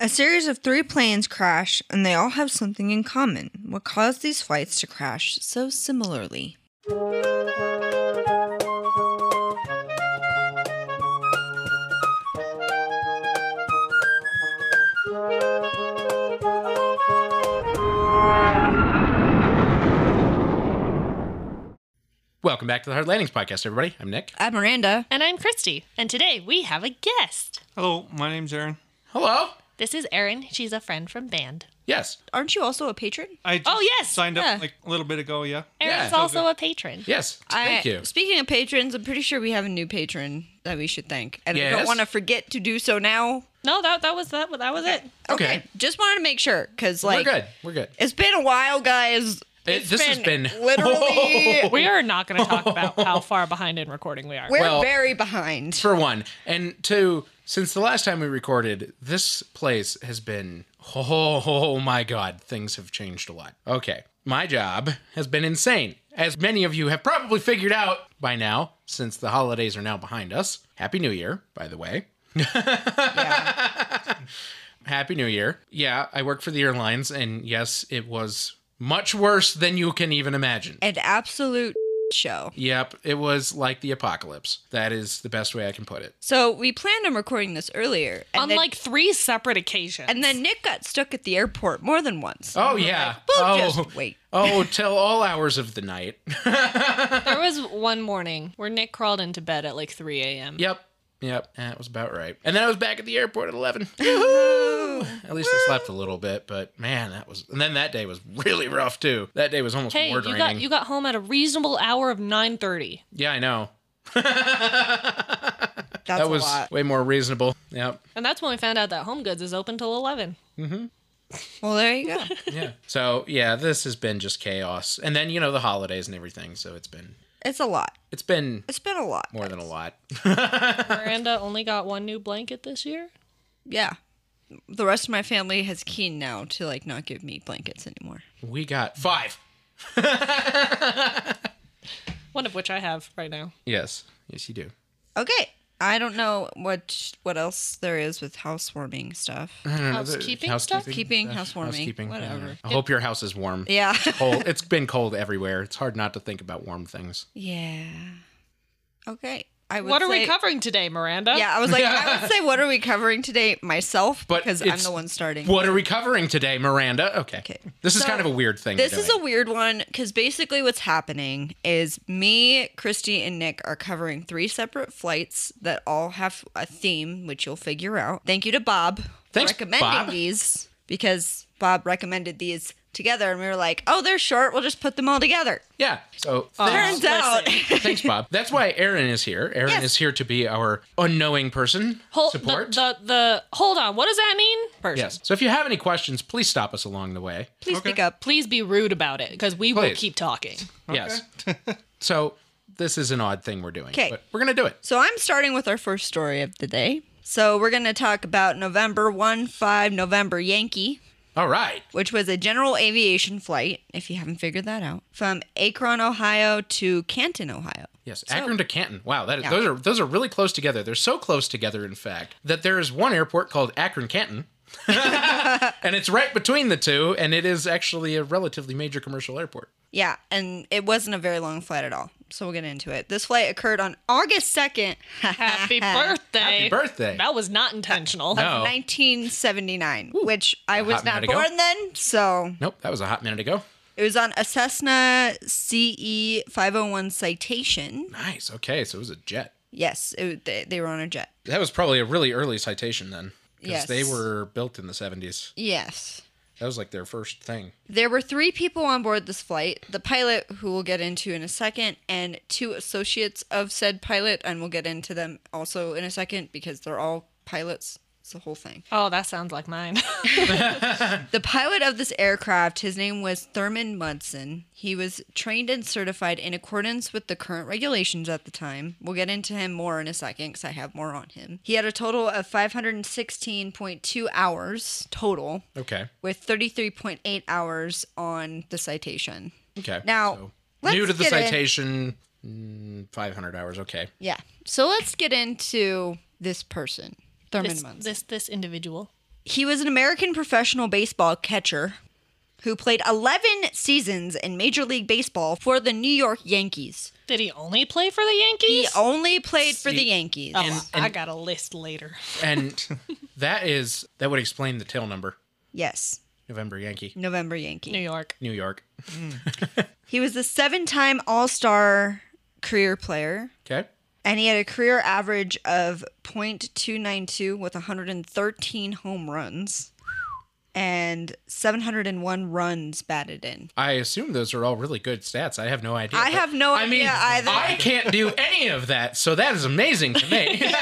A series of three planes crash, and they all have something in common. What caused these flights to crash so similarly? Welcome back to the Hard Landings Podcast, everybody. I'm Nick. I'm Miranda. And I'm Christy. And today we have a guest. Hello, my name's Aaron. Hello. This is Erin. She's a friend from band. Yes. Aren't you also a patron? I just Oh, yes. signed up Yeah. like a little bit ago. Yeah, Erin's so also a patron. Yes. Thank I- you. Speaking of patrons, I'm pretty sure we have a new patron that we should thank, and I Yes? don't want to forget to do so now. No, that that was that that was it. Okay. Just wanted to make sure because like We're good. We're good. it's been a while, guys. It- It's this has been literally We are not going to talk about how far behind in recording we are. we're Well- very behind. for one, and two. Since the last time we recorded, this place has been oh, oh my god, things have changed a lot. Okay, my job has been insane, as many of you have probably figured out by now. Since the holidays are now behind us, Happy New Year, by the way. Happy New Year. Yeah, I work for the airlines, and yes, it was much worse than you can even imagine. An absolute show. Yep, it was like the apocalypse. That is the best way I can put it. So we planned on recording this earlier, and On then, like three separate occasions. and then Nick got stuck at the airport more than once. Oh yeah. We'll oh just wait. Oh, till all hours of the night. there was one morning where Nick crawled into bed at like 3 a.m. yep. Yep. That was about right. And then I was back at the airport at eleven. at least I slept a little bit, but man, that was. And then that day was really rough too. That day was almost Hey, more you draining. got you got home at a reasonable hour of 9:30. yeah, I know. That's that was a lot. way more reasonable. Yep. And that's when we found out that Home Goods is open till 11. Well, there you go. Yeah. so yeah, this has been just chaos. And then you know the holidays and everything. So it's been It's a lot. it's been It's been a lot. more than a lot. Miranda only got one new blanket this year. Yeah. The rest of my family has keen now to like not give me blankets anymore. we got five. One of which I have right now. Yes. Yes, you do. Okay. I don't know what what else there is with housewarming stuff. Housekeeping stuff? Keeping housewarming, whatever. I hope your house is warm. Yeah. cold. It's been cold everywhere. It's hard not to think about warm things. yeah. Okay. I would What are we say- covering today, Miranda? Yeah, I was like, I would say, what are we covering today? Myself, But because I'm it's- the one starting. What are we covering today, Miranda? Okay. Okay. This is So, kind of a weird thing. This we're is a doing. weird one because basically what's happening is me, Christy, and Nick are covering three separate flights that all have a theme, which you'll figure out. Thank you to Bob Thanks, for recommending Bob. these because Bob recommended these together, and we were like, "Oh, they're short. We'll just put them all together." Yeah. So Turns thanks, out, thanks, Bob. That's why Aaron is here. Aaron Yes. is here to be our unknowing person Hold, support. The, the the hold on. What does that mean? Person. yes. So if you have any questions, please stop us along the way. please pick up. Please be rude about it because we will Please. keep talking. Yes. so this is an odd thing we're doing. 'Kay. But we're gonna do it. So I'm starting with our first story of the day. So we're gonna talk about November one five November Yankee. All right. which was a general aviation flight, if you haven't figured that out, from Akron, Ohio to Canton, Ohio. Yes, Akron to Canton. Wow, that those are those are really close together. They're so close together, in fact, that there is one airport called Akron Canton, and it's right between the two, and it is actually a relatively major commercial airport. Yeah, and it wasn't a very long flight at all. So we'll get into it. This flight occurred on August 2nd, Happy birthday. Happy birthday! Oh. That was not intentional. No. 1979, which I was hot not minute ago. born then. So Nope, that was a hot minute ago. it was on a Cessna E CE 501 Citation. Nice. Okay, so it was a jet. Yes, it, they, they were on a jet. That was probably a really early citation then, because Yes. they were built in the seventies. Yes. That was like their first thing. There were three people on board this flight the pilot, who we'll get into in a second, and two associates of said pilot, and we'll get into them also in a second because they're all pilots. It's the whole thing. Oh, that sounds like mine. The pilot of this aircraft, his name was Thurman Munson. He was trained and certified in accordance with the current regulations at the time. We'll get into him more in a second because I have more on him. He had a total of 516.2 hours total, Okay. with 33.8 hours on the citation. Okay. Now, So, let's new to the get in- citation, mm, five hundred hours. Okay. Yeah. So let's get into this person, Thurman this, Munson. this this individual. He was an American professional baseball catcher who played 11 seasons in Major League Baseball for the New York Yankees. Did he only play for the He Yankees? only played for the See, Yankees. oh, And- I and- got a list later. And that is that would explain the tail number. Yes, November Yankee, November Yankee. New York. New York. He was the seven time All Star career player, Okay. and he had a career average of .292 with 113 home runs and 701 runs batted in. I assume those are all really good stats. I have no idea. I but- have no I mean, idea either. I can't do any of that, so that is amazing to me.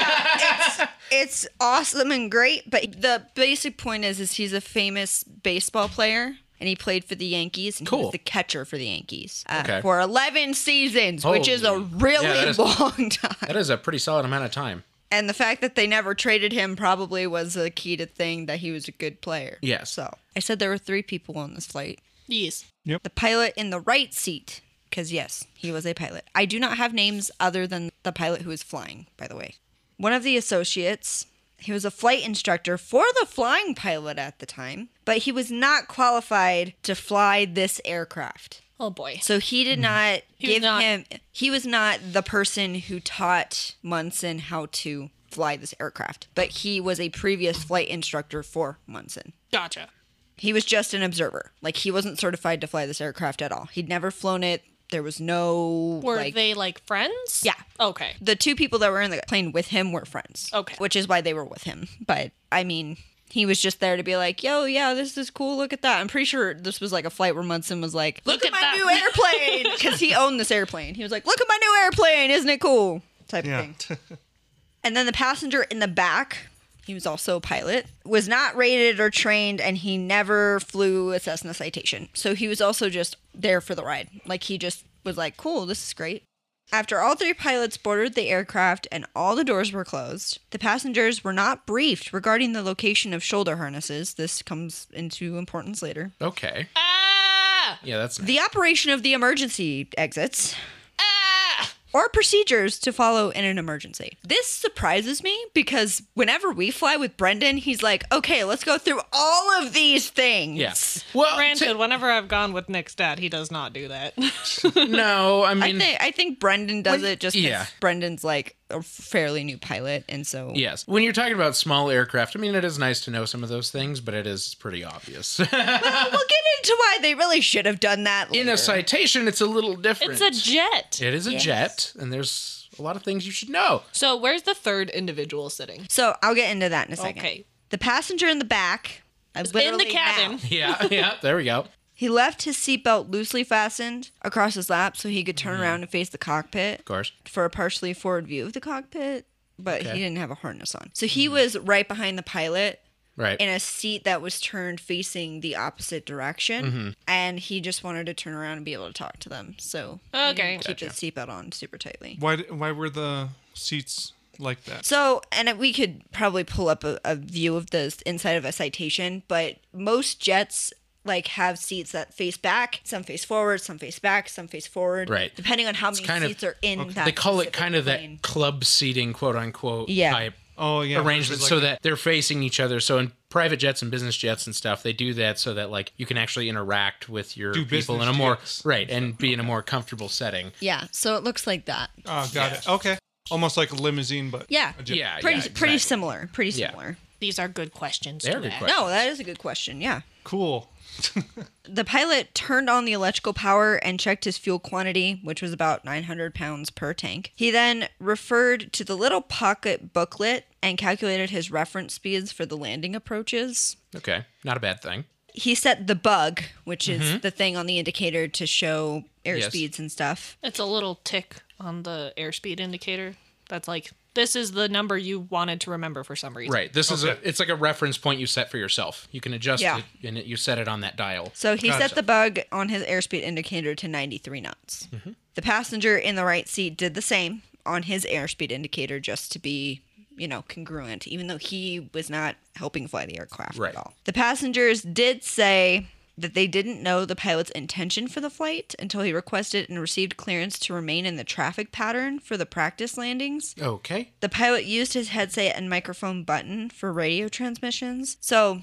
It's awesome and great, but the basic point is is he's a famous baseball player. And he played for the Yankees, and he Cool. was the catcher for the Yankees uh, Okay. for 11 seasons, which is a Holy- really Yeah, that is- long time. that is a pretty solid amount of time. And the fact that they never traded him probably was a key to thing that he was a good player. Yes. So I said there were three people on this flight. Yes. The pilot in the right seat, because yes, he was a pilot. I do not have names other than the pilot who was flying, by the way. One of the associates, he was a flight instructor for the flying pilot at the time, but he was not qualified to fly this aircraft. Oh boy. So he did not He was give not- him. He was not the person who taught Munson how to fly this aircraft, but he was a previous flight instructor for Munson. Gotcha. He was just an observer. Like he wasn't certified to fly this aircraft at all. He'd never flown it. There was no Were like they like friends? Yeah. Okay. the two people that were in the plane with him were friends. Okay. Which is why they were with him. But I mean, he was just there to be like, yo, yeah, this is cool. Look at that. I'm pretty sure this was like a flight where Munson was like, look, at, Look my at that. new airplane. Because he owned this airplane. He was like, look at my new airplane. Isn't it cool? Type of Yeah. thing. And then the passenger in the back, he was also a pilot, was not rated or trained, and he never flew a Cessna Citation. So he was also just there for the ride. Like he just was like, cool, this is great. After all three pilots boarded the aircraft and all the doors were closed, the passengers were not briefed regarding the location of shoulder harnesses. This comes into importance later. Okay. Ah! Yeah, that's nice. The operation of the emergency exits Ah! or procedures to follow in an emergency. This surprises me because whenever we fly with Brendan, he's like, okay, let's go through all of these things. yeah. Well, Granted, Uh, t- whenever I've gone with Nick's dad, he does not do that. no, I I mean, think I think Brendan does When- it just 'cause yeah. Brendan's like a fairly new pilot and so yes. When you're talking about small aircraft, I mean, it is nice to know some of those things, but it is pretty obvious. Well, we'll get into why they really should have done that later. In a citation, it's a little different. it's a jet. It is a jet, and there's a lot of things you should know. So where's the third individual sitting? so I'll get into that in a second. Okay. The passenger in the back I In the literally now- cabin. Yeah, yeah. There we go. he left his seatbelt loosely fastened across his lap so he could Mm-hmm. turn around and face the cockpit. Of course. for a partially forward view of the cockpit, but Okay. Mm-hmm. he didn't have a harness on. So he was right behind the pilot Right. in a seat that was turned facing the opposite direction, Mm-hmm. and he just wanted to turn around and be able to talk to them. So he didn't Okay. keep his seatbelt on super tightly. Why? d- Why were the seats like that? So, and we could probably pull up a, a view of the inside of a citation, but most jets like have seats that face back, some face forward, some face back, some face forward, Right. Depending on how many kind of- seats are in that. they call specific it kind of plane. that club seating, quote unquote, Yeah. type Oh yeah, arrangement, versus so like- that they're facing each other. So in private jets and business jets and stuff, they do that so that like you can actually interact with your Do people in a business more jets. right and be in a more comfortable setting. Yeah, so it looks like that. Oh, got it. Okay, almost like a limousine, but Yeah. a jet. Yeah, pretty Uh, yeah, pretty exactly. similar. Pretty Yeah. similar. These are good questions. They're to good ask. questions. No, that is a good question. Yeah. Cool. The pilot turned on the electrical power and checked his fuel quantity, which was about 900 pounds per tank. He then referred to the little pocket booklet and calculated his reference speeds for the landing approaches. Okay, not a bad thing. He set the bug, which Mm-hmm. is the thing on the indicator to show airspeeds speeds and stuff. It's a little tick on the airspeed indicator. That's like this is the number you wanted to remember for some reason. Right. This is a it's like a reference point you set for yourself. You can adjust Yeah. it and it, you set it on that dial. So he set Gotcha. the bug on his airspeed indicator to 93 knots. The passenger in the right seat did the same on his airspeed indicator just to be, you know, congruent, even though he was not helping fly the aircraft Right. at all. The passengers did say that they didn't know the pilot's intention for the flight until he requested and received clearance to remain in the traffic pattern for the practice landings. Okay. The pilot used his headset and microphone button for radio transmissions. So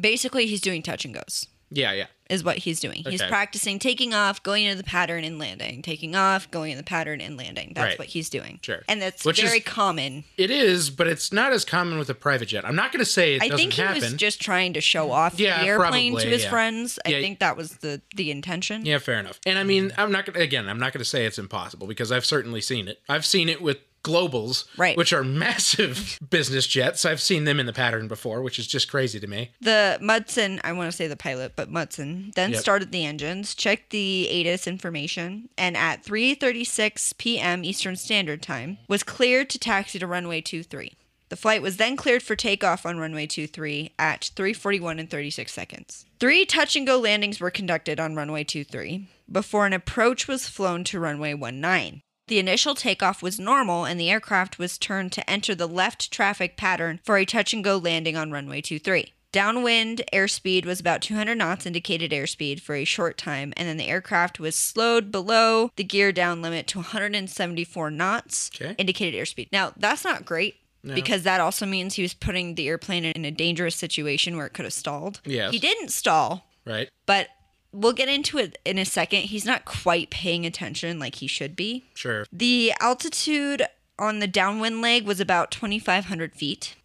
basically, he's doing touch and goes, Yeah, yeah. is what he's doing. He's Okay. practicing taking off, going into the pattern, and landing, taking off, going in the pattern, and landing. That's Right. what he's doing. Sure. And that's Which is- very common. It is, but it's not as common with a private jet. I'm not going to say it I doesn't think he happen. was just trying to show off Yeah, the airplane probably, to his yeah. friends. I Yeah. think that was the, the intention. Yeah, fair enough. And I mean, Mm-hmm. I'm not gonna again, I'm not gonna say it's impossible because I've certainly seen it. I've seen it with globals, Right. which are massive business jets. I've seen them in the pattern before, which is just crazy to me. The Mudson, I want to say the pilot, but Mudson then Yep. started the engines, checked the ATIS information, and at 3:36 p.m. Eastern Standard Time was cleared to taxi to runway 23. The flight was then cleared for takeoff on runway 23 at 3:41 and 36 seconds. Three touch and go landings were conducted on runway 23 before an approach was flown to runway 19. The initial takeoff was normal and the aircraft was turned to enter the left traffic pattern for a touch and go landing on runway 23. Downwind airspeed was about 200 knots indicated airspeed for a short time, and then the aircraft was slowed below the gear down limit to 174 knots Okay. indicated airspeed. Now, that's not great. Because that also means he was putting the airplane in a dangerous situation where it could have stalled. Yes. He didn't stall, Right? but we'll get into it in a second. He's not quite paying attention like he should be. Sure. The altitude on the downwind leg was about 2,500 feet,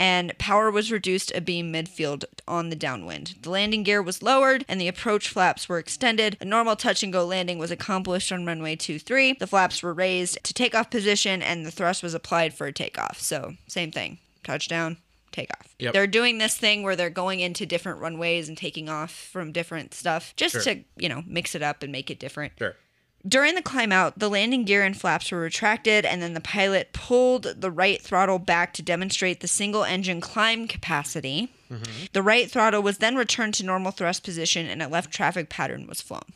and power was reduced abeam midfield on the downwind. The landing gear was lowered, and the approach flaps were extended. A normal touch and go landing was accomplished on runway 23. The flaps were raised to takeoff position, and the thrust was applied for a takeoff. So, same thing touchdown. Takeoff. Yep. They're doing this thing where they're going into different runways and taking off from different stuff just Sure. to, you know, mix it up and make it different. Sure. During the climb out, the landing gear and flaps were retracted, and then the pilot pulled the right throttle back to demonstrate the single engine climb capacity. The right throttle was then returned to normal thrust position, and a left traffic pattern was flown.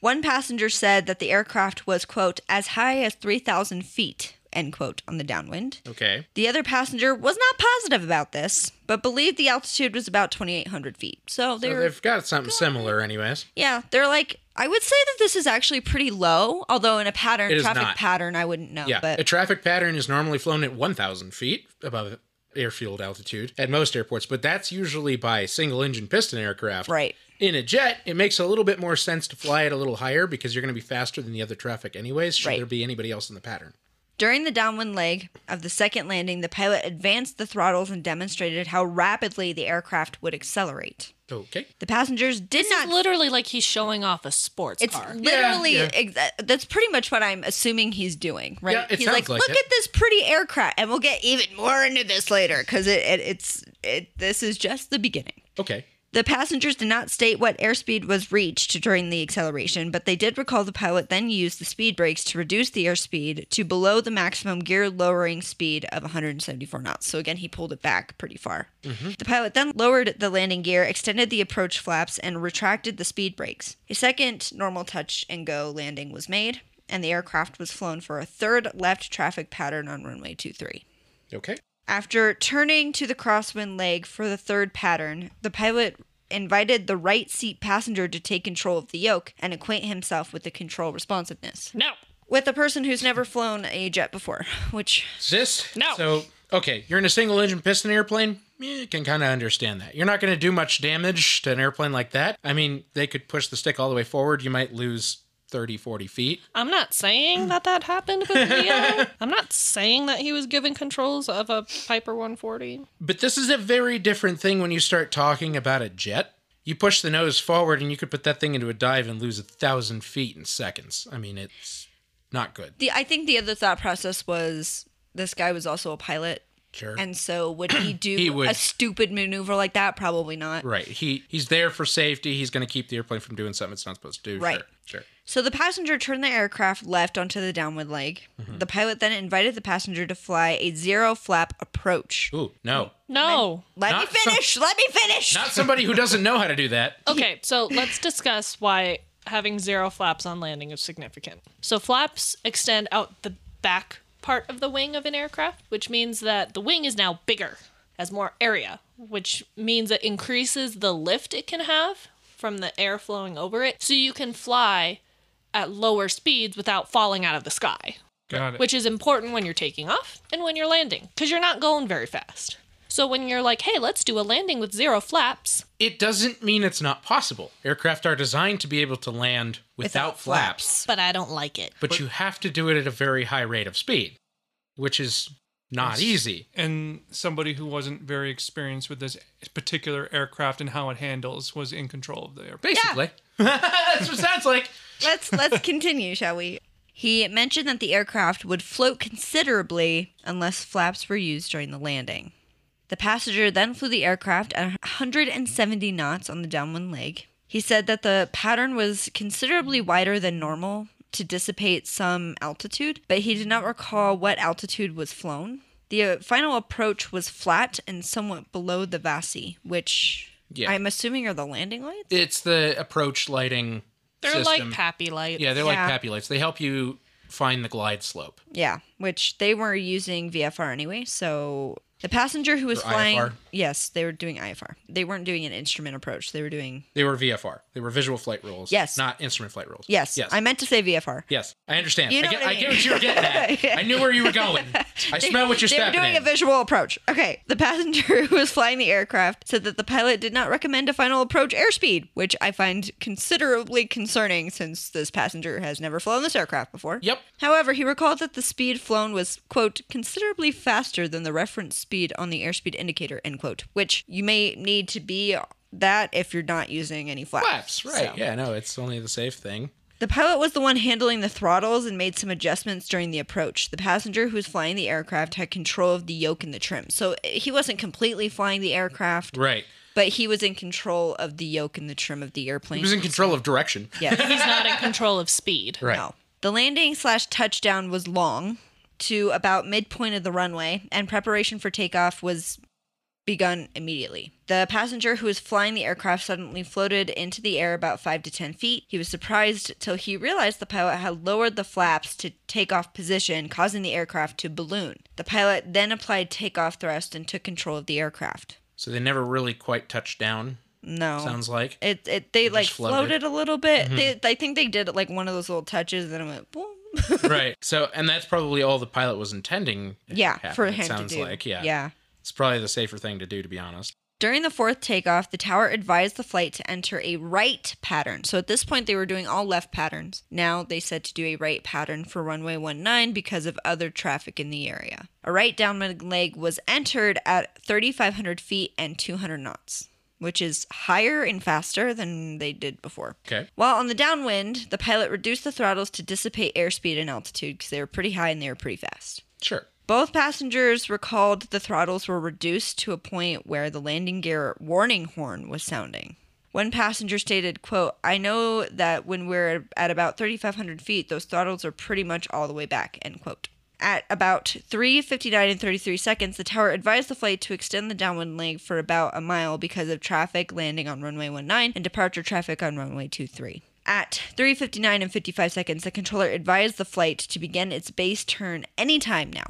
One passenger said that the aircraft was, quote, as high as 3,000 feet, end quote, on the downwind. Okay. The other passenger was not positive about this, but believed the altitude was about 2,800 feet. So So they're they've got something similar anyways. yeah, they're like I would say that this is actually pretty low, although in a pattern It is traffic not. pattern I wouldn't know. Yeah. a But traffic pattern is normally flown at one thousand feet above airfield altitude at most airports, but that's usually by single engine piston aircraft. Right. In a jet, it makes a little bit more sense to fly it a little higher because you're going to be faster than the other traffic anyways, should Right. there be anybody else in the pattern. during the downwind leg of the second landing, the pilot advanced the throttles and demonstrated how rapidly the aircraft would accelerate. Okay. The passengers did It's not literally like he's showing off a sports It's car. literally yeah. exa- that's pretty much what I'm assuming he's doing, right? Yeah, it he's sounds like, like look it." at this pretty aircraft, and we'll get even more into this later because it, it it's it this is just the beginning. Okay. The passengers did not state what airspeed was reached during the acceleration, but they did recall the pilot then used the speed brakes to reduce the airspeed to below the maximum gear lowering speed of 174 knots. So again, he pulled it back pretty far. The pilot then lowered the landing gear, extended the approach flaps, and retracted the speed brakes. A second normal touch and go landing was made, and the aircraft was flown for a third left traffic pattern on runway 23. Okay. After turning to the crosswind leg for the third pattern, the pilot invited the right seat passenger to take control of the yoke and acquaint himself with the control responsiveness. no. With a person who's never flown a jet before, which This No. So okay, you're in a single engine piston airplane. eh, You can kind of understand that. You're not going to do much damage to an airplane like that. I mean, they could push the stick all the way forward. You might lose 30, 40 feet. I'm not saying that that happened with Leo. I'm not saying that he was given controls of a Piper 140. But this is a very different thing when you start talking about a jet. You push the nose forward and you could put that thing into a dive and lose a thousand feet in seconds. I mean, it's not good. the I think the other thought process was this guy was also a pilot. Sure. And so would he do He would- a stupid maneuver like that? Probably not. right. He he's there for safety. He's going to keep the airplane from doing something it's not supposed to do. Right. Sure. sure. So the passenger turned the aircraft left onto the downward leg. Mm-hmm. The pilot then invited the passenger to fly a zero flap approach. Ooh, no. No. Let Not me finish. Let me finish. Not somebody who doesn't know how to do that. Okay, so let's discuss why having zero flaps on landing is significant. So flaps extend out the back part of the wing of an aircraft, which means that the wing is now bigger, has more area, which means it increases the lift it can have from the air flowing over it. So you can fly at lower speeds without falling out of the sky, Got it. which is important when you're taking off and when you're landing because you're not going very fast. So when you're like, hey, let's do a landing with zero flaps, It doesn't mean it's not possible. Aircraft are designed to be able to land without, Without flaps, flaps. but I don't like it. but, you have to do it at a very high rate of speed, which is not easy. and somebody who wasn't very experienced with this particular aircraft and how it handles was in control of the airplane. Basically, that's what it sounds like. Let's let's continue, shall we? He mentioned that the aircraft would float considerably unless flaps were used during the landing. The passenger then flew the aircraft at 170 knots on the downwind leg. He said that the pattern was considerably wider than normal to dissipate some altitude, but he did not recall what altitude was flown. The uh, final approach was flat and somewhat below the Vasi, which Yeah. I'm assuming are the landing lights. It's the approach lighting They're system. like Pappy Light. yeah, they're Yeah. like pappy lights. They help you find the glide slope. Yeah, which they were using VFR anyway. So the passenger who was Or flying, IFR. yes, they were doing IFR. They weren't doing an instrument approach. They were doing They were VFR. They were visual flight rules. Yes. not instrument flight rules. yes. yes, I meant to say VFR. yes. I understand. You know I, get, what I I get mean. what you were getting at. I knew where you were going. I smell what you're They were stepping doing in. a visual approach. Okay. The passenger who was flying the aircraft said that the pilot did not recommend a final approach airspeed, which I find considerably concerning since this passenger has never flown this aircraft before. Yep. However, he recalled that the speed flown was, quote, considerably faster than the reference speed on the airspeed indicator, end quote, which you may need to be that if you're not using any flaps. Flaps, right? So- Yeah, no, it's only the safe thing. the pilot was the one handling the throttles and made some adjustments during the approach. The passenger who was flying the aircraft had control of the yoke and the trim. So eh, he wasn't completely flying the aircraft, Right. but he was in control of the yoke and the trim of the airplane. He was in control of direction. yes. He's not in control of speed. Right. No. The landing slash touchdown was long to about midpoint of the runway, and preparation for takeoff was begun immediately. The passenger who was flying the aircraft suddenly floated into the air about five to ten feet. He was surprised till he realized the pilot had lowered the flaps to takeoff position, causing the aircraft to balloon. The pilot then applied takeoff thrust and took control of the aircraft. So they never really quite touched down. No. Sounds like. It, it they like just floated. Mm-hmm. floated. a little bit. They I think they did like one of those little touches and then it went boom. right. So, and that's probably all the pilot was intending. to Yeah, happen, for it him sounds to do. like. Yeah. Yeah. It's probably the safer thing to do, to be honest. During the fourth takeoff, the tower advised the flight to enter a right pattern. So at this point, they were doing all left patterns. Now they said to do a right pattern for runway 19 because of other traffic in the area. A right downwind leg was entered at 3,500 feet and 200 knots, which is higher and faster than they did before. Okay. While on the downwind, the pilot reduced the throttles to dissipate airspeed and altitude because they were pretty high and they were pretty fast. Sure. Both passengers recalled the throttles were reduced to a point where the landing gear warning horn was sounding. One passenger stated, quote, I know that when we're at about 3,500 feet, those throttles are pretty much all the way back, end quote. At about 3.59 and 33 seconds, the tower advised the flight to extend the downwind leg for about a mile because of traffic landing on runway 19 and departure traffic on runway 23. At 3.59 and 55 seconds, the controller advised the flight to begin its base turn anytime now.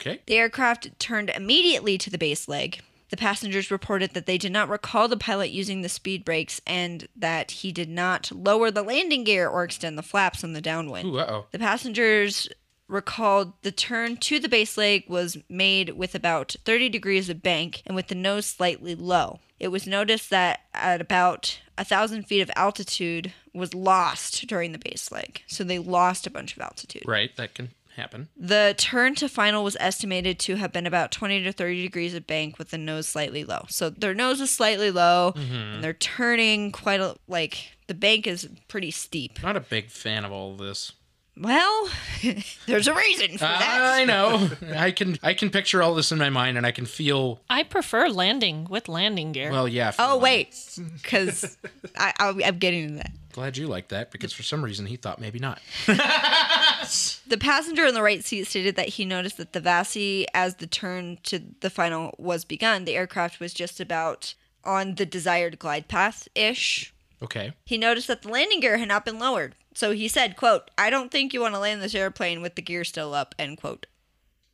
Okay. The aircraft turned immediately to the base leg. The passengers reported that they did not recall the pilot using the speed brakes and that he did not lower the landing gear or extend the flaps on the downwind. Ooh, uh oh. The passengers recalled the turn to the base leg was made with about 30 degrees of bank and with the nose slightly low. It was noticed that at about a thousand feet of altitude was lost during the base leg, so they lost a bunch of altitude. Right. That can happen. The turn to final was estimated to have been about 20 to 30 degrees of bank with the nose slightly low. So their nose is slightly low and they're turning quite a, like the bank is pretty steep. Not a big fan of all this. Well, there's a reason for that. I know. I can I can picture all this in my mind and I can feel I prefer landing with landing gear. well, yeah. feel Oh it. wait, because I, I, I'm getting to that. Glad you like that because for some reason he thought maybe not. The passenger in the right seat stated that he noticed that the Vasi, as the turn to the final was begun, the aircraft was just about on the desired glide path ish. Okay. he noticed that the landing gear had not been lowered so he said quote i don't think you want to land this airplane with the gear still up end quote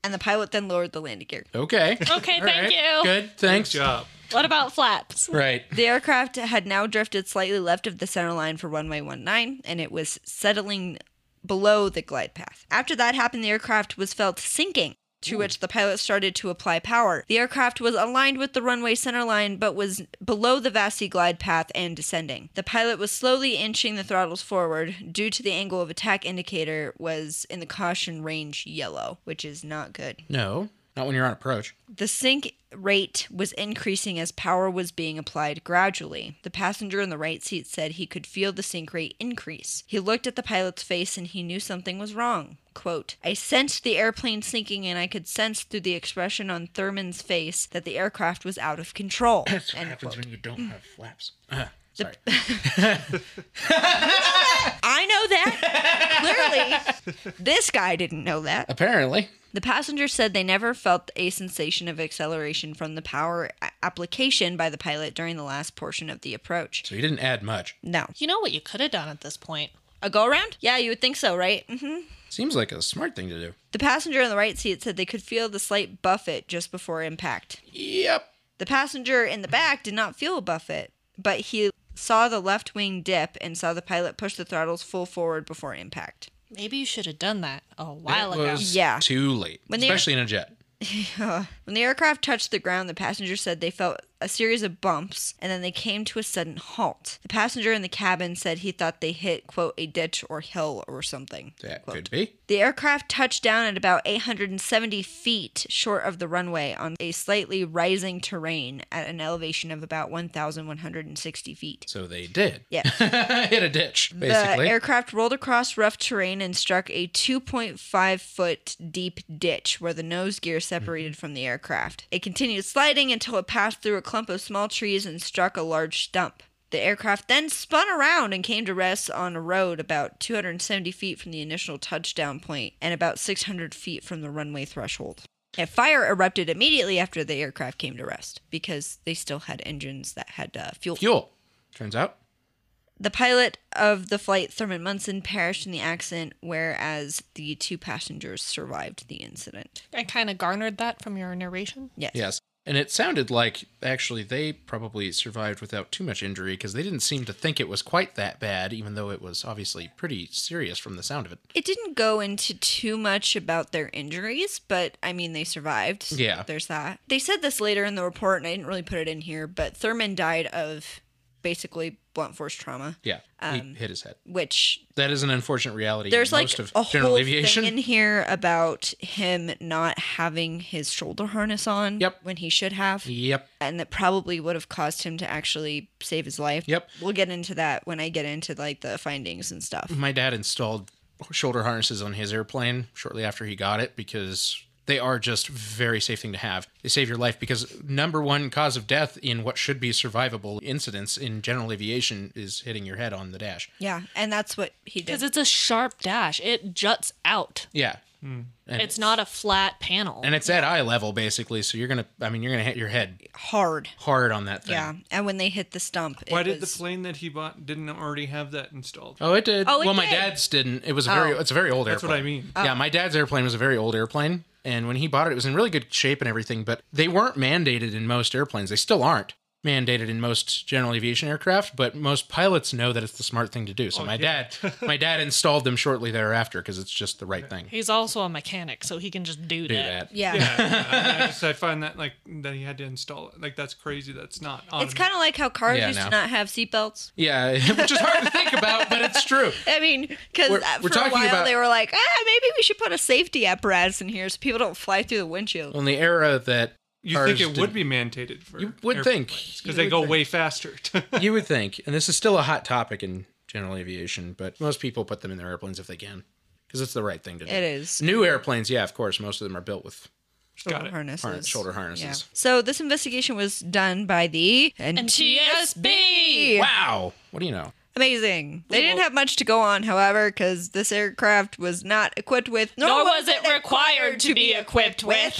and the pilot then lowered the landing gear Okay. Okay, All thank right. you. Good. Thanks. Good job. What about flaps? Right. The aircraft had now drifted slightly left of the center line for runway 19, and it was settling below the glide path. After that happened, the aircraft was felt sinking, to which the pilot started to apply power. The aircraft was aligned with the runway center line, but was below the vasty glide path and descending. The pilot was slowly inching the throttles forward due to the angle of attack indicator was in the caution range yellow, which is not good. No, not when you're on approach. The sink rate was increasing as power was being applied gradually. The passenger in the right seat said he could feel the sink rate increase. He looked at the pilot's face and he knew something was wrong. Quote, I sensed the airplane sinking and I could sense through the expression on Thurman's face that the aircraft was out of control. That's what End happens quote. when you don't have flaps. Ah, sorry. I know that. Clearly, this guy didn't know that. Apparently. The passengers said they never felt a sensation of acceleration from the power a- application by the pilot during the last portion of the approach. So he didn't add much. No. You know what you could have done at this point? A go around? Yeah, you would think so, right? hmm Seems like a smart thing to do. The passenger in the right seat said they could feel the slight buffet just before impact. Yep. The passenger in the back did not feel a buffet, but he saw the left wing dip and saw the pilot push the throttles full forward before impact. Maybe you should have done that a while It ago. was Yeah. Too late. When they- Especially in a jet. When the aircraft touched the ground, the passengers said they felt a series of bumps and then they came to a sudden halt. The passenger in the cabin said he thought they hit, quote, a ditch or hill or something. That quote. could be. The aircraft touched down at about 870 feet short of the runway on a slightly rising terrain at an elevation of about 1,160 feet. So they did. Yeah. Hit a ditch, basically. The aircraft rolled across rough terrain and struck a 2.5 foot deep ditch where the nose gear separated from the aircraft. It continued sliding until it passed through a clump of small trees and struck a large stump. The aircraft then spun around and came to rest on a road about 270 feet from the initial touchdown point and about 600 feet from the runway threshold. A fire erupted immediately after the aircraft came to rest because they still had engines that had uh, fuel. Fuel. Turns out. The pilot of the flight, Thurman Munson, perished in the accident, whereas the two passengers survived the incident. I kind of garnered that from your narration. Yes. Yes. And it sounded like actually they probably survived without too much injury because they didn't seem to think it was quite that bad, even though it was obviously pretty serious from the sound of it. It didn't go into too much about their injuries, but I mean, they survived. so Yeah. There's that. They said this later in the report, and I didn't really put it in here, but Thurman died of basically blunt force trauma, Yeah. he hit his head. which That is an unfortunate reality. in there's like most of a general whole aviation. thing in here about him not having his shoulder harness on Yep. when he should have. Yep. and that probably would have caused him to actually save his life. Yep. We'll get into that when I get into like the findings and stuff. My dad installed shoulder harnesses on his airplane shortly after he got it because they are just very safe thing to have. They save your life because number one cause of death in what should be survivable incidents in general aviation is hitting your head on the dash. Yeah, and that's what he did. Because it's a sharp dash, it juts out. Yeah. And It's not a flat panel. and it's at eye level basically so you're gonna i mean you're gonna hit your head hard. hard on that thing Yeah, and when they hit the stump, Why it did the was- plane that he bought didn't already have that installed? oh it did Oh, it well my did. Oh. dad's didn't it was a very it's a very old That's airplane what I mean. yeah my dad's airplane was a very old airplane and when he bought it it was in really good shape and everything but they weren't mandated in most airplanes they still aren't mandated in most general aviation aircraft but most pilots know that it's the smart thing to do Oh, so my dad my dad installed them shortly thereafter because it's just the right thing He's also a mechanic, so he can just do, do that. that Yeah. I just I find that like that he had to install it. Like that's crazy. That's not. On It's kind of like how cars Yeah, used no. to not have seatbelts. yeah which is hard to think about but it's true I mean, because We're- for we're a talking while about- they were like, ah, maybe we should put a safety apparatus in here so people don't fly through the windshield. in the era that you think cars it didn't- would be mandated for. you would think because they go way faster. you would think, and this is still a hot topic in general aviation, but most people put them in their airplanes if they can, because it's the right thing to do. It is. New airplanes, yeah, of course, most of them are built with. Got Shoulder it. harnesses. Harness- shoulder harnesses. Yeah. So this investigation was done by the NTSB. Wow, what do you know? Amazing. They didn't have much to go on, however, because this aircraft was not equipped with, nor, Nor was it required to be equipped with.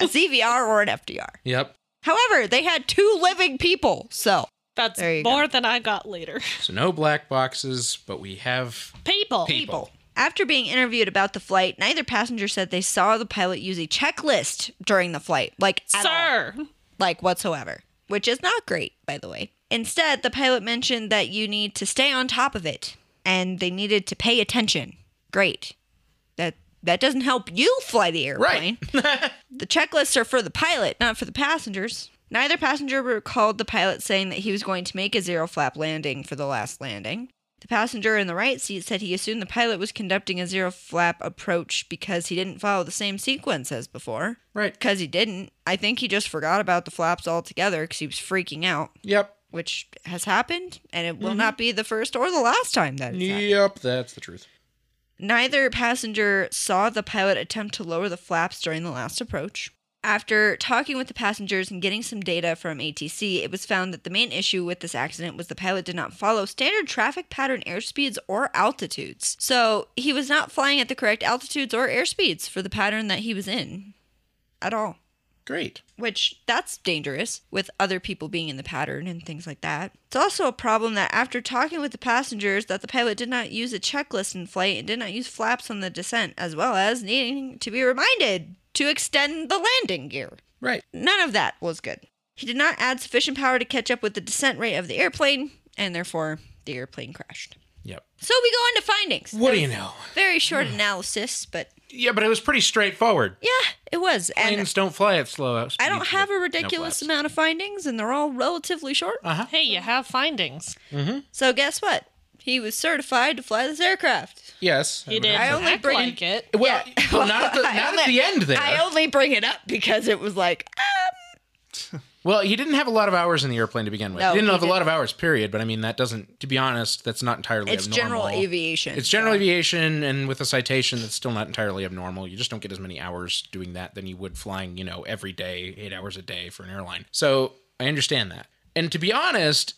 a CVR or an FDR. Yep. However, they had two living people, so That's There you go. more than I got later. So no black boxes, but we have People. people. After being interviewed about the flight, neither passenger said they saw the pilot use a checklist during the flight, like at all, Sir. like whatsoever. which is not great, by the way. Instead, the pilot mentioned that you need to stay on top of it and they needed to pay attention. Great. That that doesn't help you fly the airplane. the checklists are for the pilot, not for the passengers. Neither passenger recalled the pilot saying that he was going to make a zero flap landing for the last landing. The passenger in the right seat said he assumed the pilot was conducting a zero flap approach because he didn't follow the same sequence as before. Right. Because he didn't. I think he just forgot about the flaps altogether because he was freaking out, Yep. which has happened, and it will not be the first or the last time that it's happened. Yep, that's the truth. Neither passenger saw the pilot attempt to lower the flaps during the last approach. After talking with the passengers and getting some data from ATC, it was found that the main issue with this accident was the pilot did not follow standard traffic pattern airspeeds or altitudes. So he was not flying at the correct altitudes or airspeeds for the pattern that he was in at all, Great. which that's dangerous with other people being in the pattern and things like that. It's also a problem that after talking with the passengers that the pilot did not use a checklist in flight and did not use flaps on the descent as well as needing to be reminded to extend the landing gear. Right. None of that was good. He did not add sufficient power to catch up with the descent rate of the airplane, and therefore the airplane crashed. Yep. So we go into findings. What do you know? Very short analysis, but Yeah, but it was pretty straightforward. yeah, it was. And Planes don't fly at slow I don't have a ridiculous amount of findings, and they're all relatively short. Hey, you have findings. So guess what? He was certified to fly this aircraft. Yes. You did I only act bring- like it. Well, well, not at the, I not at only- the end there. I only bring it up because it was like, um, Well, he didn't have a lot of hours in the airplane to begin with. No, he didn't he have a lot of hours, period. But I mean, that doesn't, to be honest, that's not entirely it's abnormal. general aviation. It's general aviation, and with a citation, that's still not entirely abnormal. You just don't get as many hours doing that than you would flying, you know, every day, eight hours a day for an airline. So I understand that. And to be honest,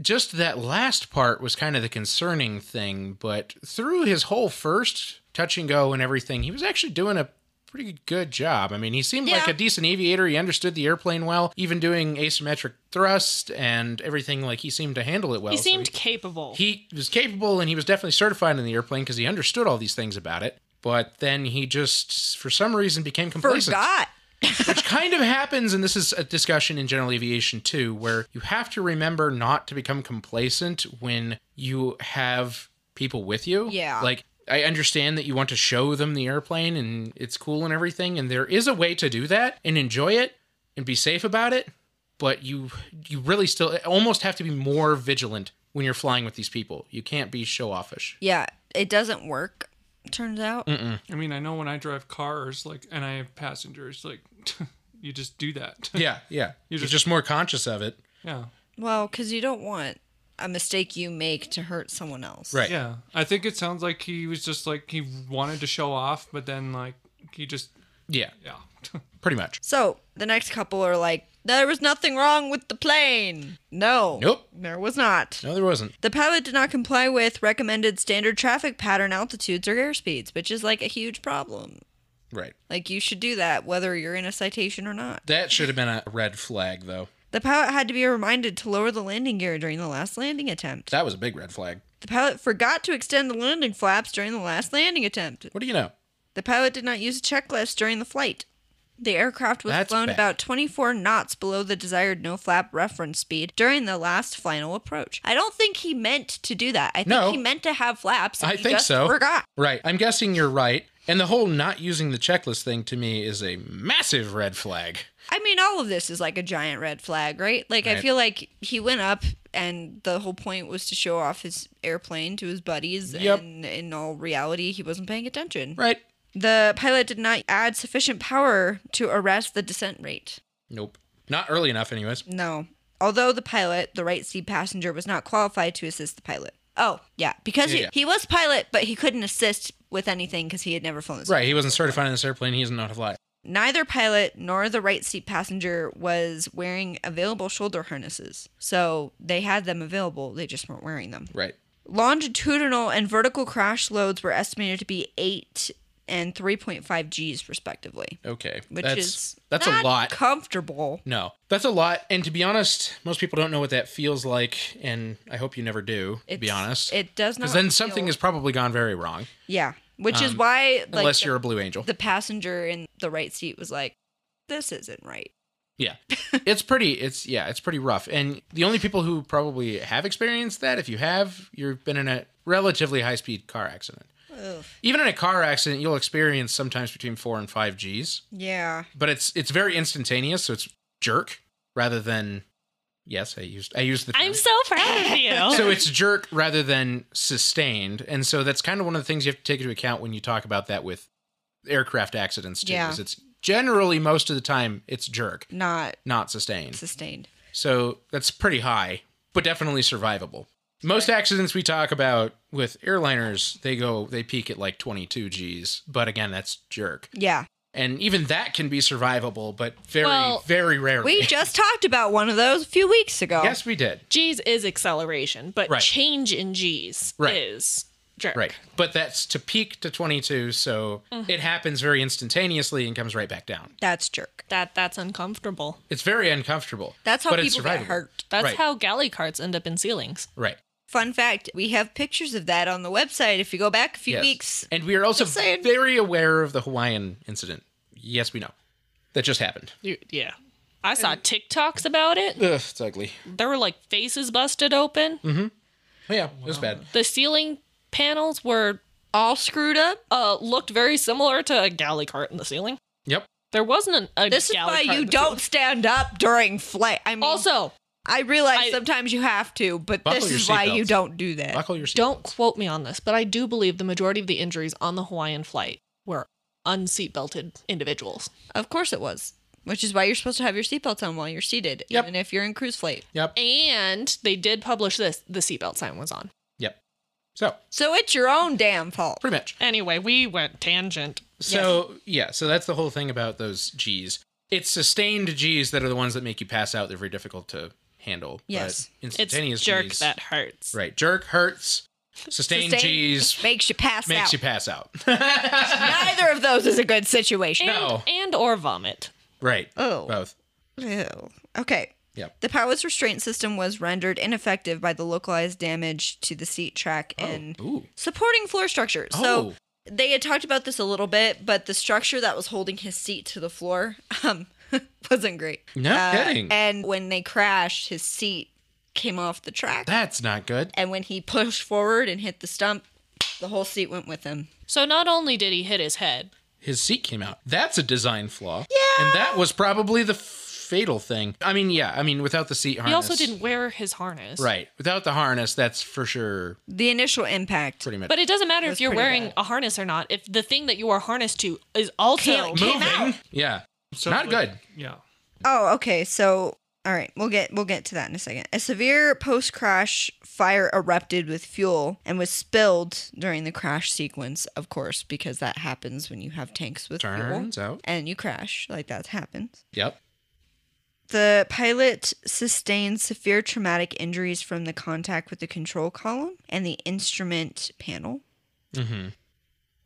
just that last part was kind of the concerning thing. But through his whole first touch and go and everything, he was actually doing a pretty good job. I mean, he seemed like Yeah. a decent aviator. He understood the airplane well, even doing asymmetric thrust and everything. Like he seemed to handle it well. He So seemed capable. Oh, he was capable and he was definitely certified in the airplane because he understood all these things about it. But then he just, for some reason, became complacent, Forgot. which kind of happens. And this is a discussion in general aviation too, where you have to remember not to become complacent when you have people with you. Yeah. Like, I understand that you want to show them the airplane and it's cool and everything. And there is a way to do that and enjoy it and be safe about it but you you really still almost have to be more vigilant when you're flying with these people. You can't be show offish. Yeah, it doesn't work. Turns out. I mean, I know when I drive cars, like, and I have passengers, like, you just do that. Yeah, yeah. You're just, more conscious of it. yeah. Well, because you don't want a mistake you make to hurt someone else. Right. Yeah. I think it sounds like he was just like, he wanted to show off, but then, like, he just, Yeah, yeah. pretty much. So the next couple are like, there was nothing wrong with the plane. No. Nope. There was not. No, there wasn't. The pilot did not comply with recommended standard traffic pattern altitudes or airspeeds, which is like a huge problem. Right. Like, you should do that whether you're in a citation or not. That should have been a red flag, though. The pilot had to be reminded to lower the landing gear during the last landing attempt. That was a big red flag. The pilot forgot to extend the landing flaps during the last landing attempt. What do you know? The pilot did not use a checklist during the flight. The aircraft was That's flown bad. about 24 knots below the desired no flap reference speed during the last final approach. I don't think he meant to do that. I think No. he meant to have flaps. and I he think just so. Forgot. Right. I'm guessing you're right. And the whole not using the checklist thing to me is a massive red flag. I mean, all of this is like a giant red flag, right? Like, I Right. feel like he went up, and the whole point was to show off his airplane to his buddies. Yep. And in all reality, he wasn't paying attention. Right. The pilot did not add sufficient power to arrest the descent rate. Nope. Not early enough, anyways. No. Although the pilot, the right seat passenger, was not qualified to assist the pilot. Oh, yeah. Because Yeah, he, yeah. he was pilot, but he couldn't assist with anything because he had never flown this. Right. He wasn't certified in this airplane. He doesn't know how to fly. Neither pilot nor the right seat passenger was wearing available shoulder harnesses. So they had them available, they just weren't wearing them. Right. Longitudinal and vertical crash loads were estimated to be 8 and 3.5 Gs, respectively, Okay. which that's, is that's not a lot. comfortable. No, that's a lot. And to be honest, most people don't know what that feels like, and I hope you never do. to be It's- honest, It does not. because then something feel- has probably gone very wrong, Yeah. Which is why. Like, unless the- you're a Blue Angel. the passenger in the right seat was like, "This isn't right." Yeah. it's pretty it's yeah, it's pretty rough. And the only people who probably have experienced that, if you have, you've been in a relatively high speed car accident. Even in a car accident, you'll experience sometimes between four and five G's. Yeah. But it's it's very instantaneous, so it's jerk rather than yes, I used I used the term. I'm so proud of you. so it's jerk rather than sustained. And so that's kind of one of the things you have to take into account when you talk about that with aircraft accidents too, Yeah. is it's generally most of the time it's jerk, Not not sustained. sustained. So that's pretty high, but definitely survivable. Most accidents we talk about with airliners, they go, they peak at like 22 G's, but again, that's jerk. Yeah. And even that can be survivable, but very, Well, very rarely. We just talked about one of those a few weeks ago. yes, we did. G's is acceleration, but Right. change in G's Right. is jerk. Right. But that's to peak to 22, so Mm-hmm. it happens very instantaneously and comes right back down. That's jerk. That that's uncomfortable. It's very uncomfortable. That's how but it's people get survivable. hurt. That's Right. how galley carts end up in ceilings. Right. Fun fact, we have pictures of that on the website if you go back a few Yes. weeks. And we are also Just saying. very aware of the Hawaiian incident. Yes, we know. That just happened. You- yeah. I saw TikToks about it. Ugh, it's ugly. There were like faces busted open. Mm. Oh, Yeah, it was bad. The ceiling panels were All screwed up. uh looked very similar to a galley cart in the ceiling. Yep. There wasn't an, a This is galley why cart in you the don't ceiling. stand up during flight. I mean, Also, I realize I- sometimes you have to, but Buckle this your is why you seatbelts. don't do that. Buckle your seat. don't quote me on this, but I do believe the majority of the injuries on the Hawaiian flight were unseatbelted individuals. Of course it was. Which is why you're supposed to have your seatbelts on while you're seated, Yep. even if you're in cruise flight. Yep. And they did publish this the seatbelt sign was on. Yep. So So it's your own damn fault. pretty much. Anyway, we went tangent. So yeah. So that's the whole thing about those G's. It's sustained G's that are the ones that make you pass out. They're very difficult to handle. but Yes. It's Instantaneous jerk G's. that hurts. Right. Jerk hurts. Sustained, Sustain- G's makes you pass makes out. you pass out. Neither of those is a good situation. And, No. and or vomit. right. Oh. Both. Ew. Okay. Yep. The pilot's restraint system was rendered ineffective by the localized damage to the seat track and Oh, Ooh. supporting floor structure. Oh. So they had talked about this a little bit, but the structure that was holding his seat to the floor um, wasn't great. No kidding. uh, And when they crashed, his seat came off the track. That's not good. and when he pushed forward and hit the stump, the whole seat went with him. So not only did he hit his head, His seat came out. That's a design flaw. Yeah. And that was probably the fatal thing. I mean, yeah. I mean, without the seat harness. he also didn't wear his harness. Right. Without the harness, that's for sure The initial impact pretty much. But it doesn't matter if you're pretty wearing a harness or not. If the thing that you are harnessed to is also Can't- came out. Yeah. So, Not like, good. Yeah. Oh, okay. So, all right, we'll get we'll get to that in a second. A severe post-crash fire erupted with fuel and was spilled during the crash sequence, of course, because that happens when you have tanks with Turns fuel out. and you crash, like that happens. Yep. The pilot sustained severe traumatic injuries from the contact with the control column and the instrument panel. Mm-hmm.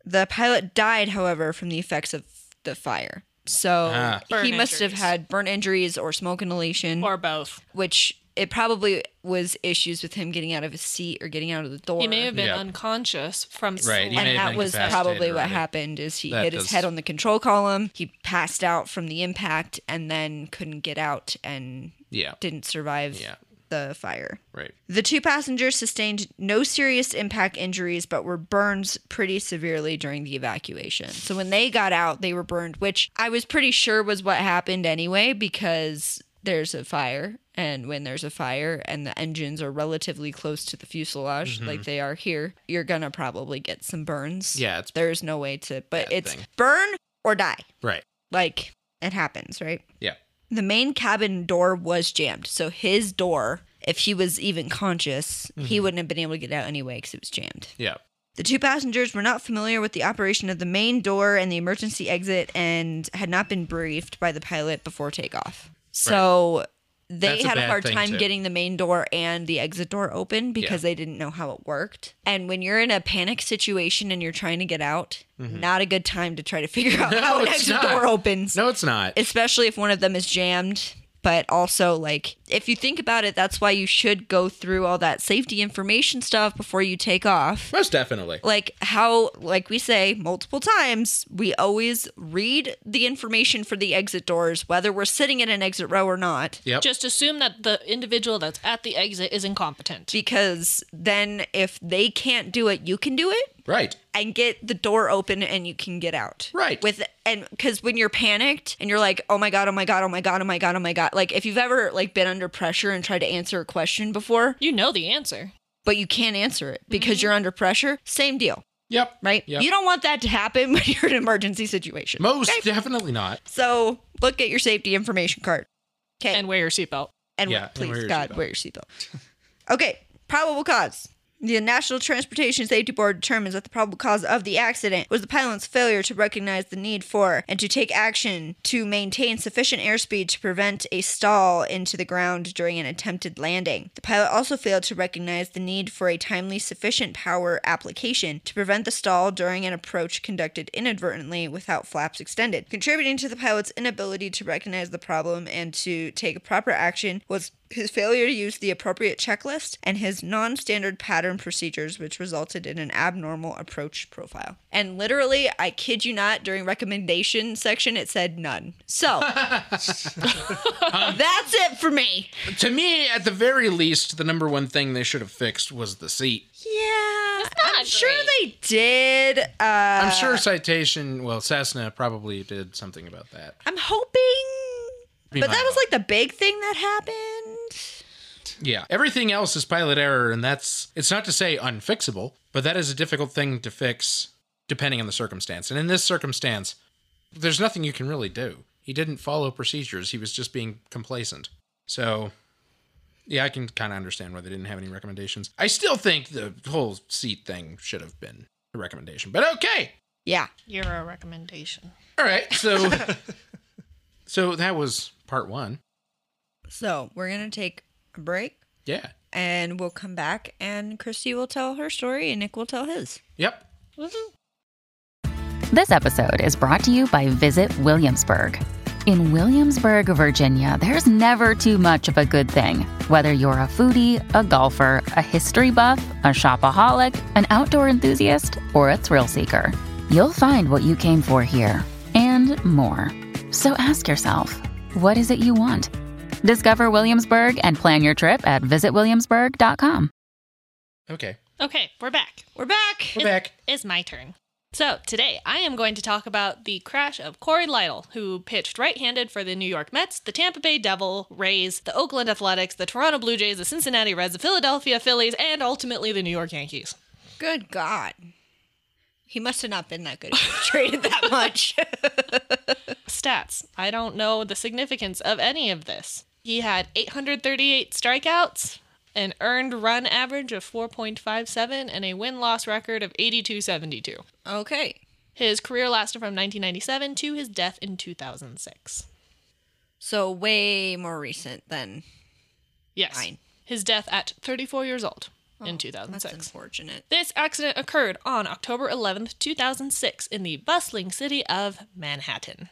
The pilot died, however, from the effects of the fire. So Ah. Burn he must have injuries. had burn injuries or smoke inhalation. or both. which it probably was issues with him getting out of his seat or getting out of the door. He may have been Yeah. unconscious from Right, he sleep. may and have that been was incapacitated probably what already. happened is he That hit his does- head on the control column. He passed out from the impact and then couldn't get out and Yeah. didn't survive Yeah. the fire. Right. The two passengers sustained no serious impact injuries, but were burned pretty severely during the evacuation. So when they got out, they were burned, which I was pretty sure was what happened anyway, because there's a fire. And when there's a fire and the engines are relatively close to the fuselage, Mm-hmm. like they are here, you're going to probably get some burns. Yeah, it's- There's no way to, but Bad it's thing. burn or die. Right. Like it happens, right? Yeah. the main cabin door was jammed. So his door, if he was even conscious, he Mm-hmm. wouldn't have been able to get out anyway because it was jammed. Yeah. The two passengers were not familiar with the operation of the main door and the emergency exit and had not been briefed by the pilot before takeoff. So they That's a had a bad hard thing, time too. getting the main door and the exit door open because they didn't know how it worked. And when you're in a panic situation and you're trying to get out, not a good time to try to figure out Mm-hmm. No, how an it's exit not. door opens No, it's not. especially if one of them is jammed but also like if you think about it, that's why you should go through all that safety information stuff before you take off. Most definitely. like how like we say multiple times we always read the information for the exit doors whether we're sitting in an exit row or not Yep. Just assume that the individual that's at the exit is incompetent. because then if they can't do it you can do it right. and get the door open and you can get out Right. with and because when you're panicked and you're like oh my god oh my god oh my god oh my god oh my god like if you've ever like been under pressure and tried to answer a question before You know the answer. but you can't answer it because you're under pressure same deal Yep. right Mm-hmm. Yep. you don't want that to happen when you're in an emergency situation Most definitely not. So look at your safety information card. Okay. And And, wear your seatbelt. Yeah, and please, wear your God, seatbelt. wear your seatbelt. okay. Probable cause. The National Transportation Safety Board determines that the probable cause of the accident was the pilot's failure to recognize the need for and to take action to maintain sufficient airspeed to prevent a stall into the ground during an attempted landing. The pilot also failed to recognize the need for a timely, sufficient power application to prevent the stall during an approach conducted inadvertently without flaps extended. Contributing to the pilot's inability to recognize the problem and to take proper action was his failure to use the appropriate checklist and his non standard pattern procedures, which resulted in an abnormal approach profile. And literally, I kid you not, during recommendation section, it said none. So that's it for me. To me, at the very least, the number one thing they should have fixed was the seat. Yeah, not I'm sure great. they did. Uh, I'm I'm, sure Citation, well, Cessna probably did something about that. hoping, Be but my that was hope. like the big thing that happened. Yeah. Everything else is pilot error, and that's, it's not to say unfixable, but that is a difficult thing to fix depending on the circumstance. And in this circumstance, there's nothing you can really do. He didn't follow procedures, he was just being complacent. So, yeah, I can kind of understand why they didn't have any recommendations. I still think the whole seat thing should have been a recommendation, but okay. Yeah, You're a recommendation. All right, so so that was part one. so we're gonna take a break Yeah. and we'll come back, and Christy will tell her story, and Nick will tell his. Yep. Mm-hmm. This episode is brought to you by Visit Williamsburg. In Williamsburg, Virginia, there's never too much of a good thing. Whether you're a foodie, a golfer, a history buff, a shopaholic, an outdoor enthusiast, or a thrill seeker, you'll find what you came for here and more. So ask yourself, what is it you want? Discover Williamsburg and plan your trip at visitwilliamsburg.com. Okay. Okay, we're back. We're back. We're back. It's my turn. So, today I am going to talk about the crash of Corey Lytle, who pitched right handed for the New York Mets, the Tampa Bay Devil, Rays, the Oakland Athletics, the Toronto Blue Jays, the Cincinnati Reds, the Philadelphia Phillies, and ultimately the New York Yankees. Good God. He must have not been that good if he traded that much. Stats I don't know the significance of any of this. He had 838 strikeouts, an earned run average of 4.57, and a win loss record of 8272. okay. His career lasted from 1997 to his death in 2006. So way more recent than Yes. Fine. Oh, His death at 34 years old in that's 2006. unfortunate. This accident occurred on October 11th, 2006, in the bustling city of Manhattan.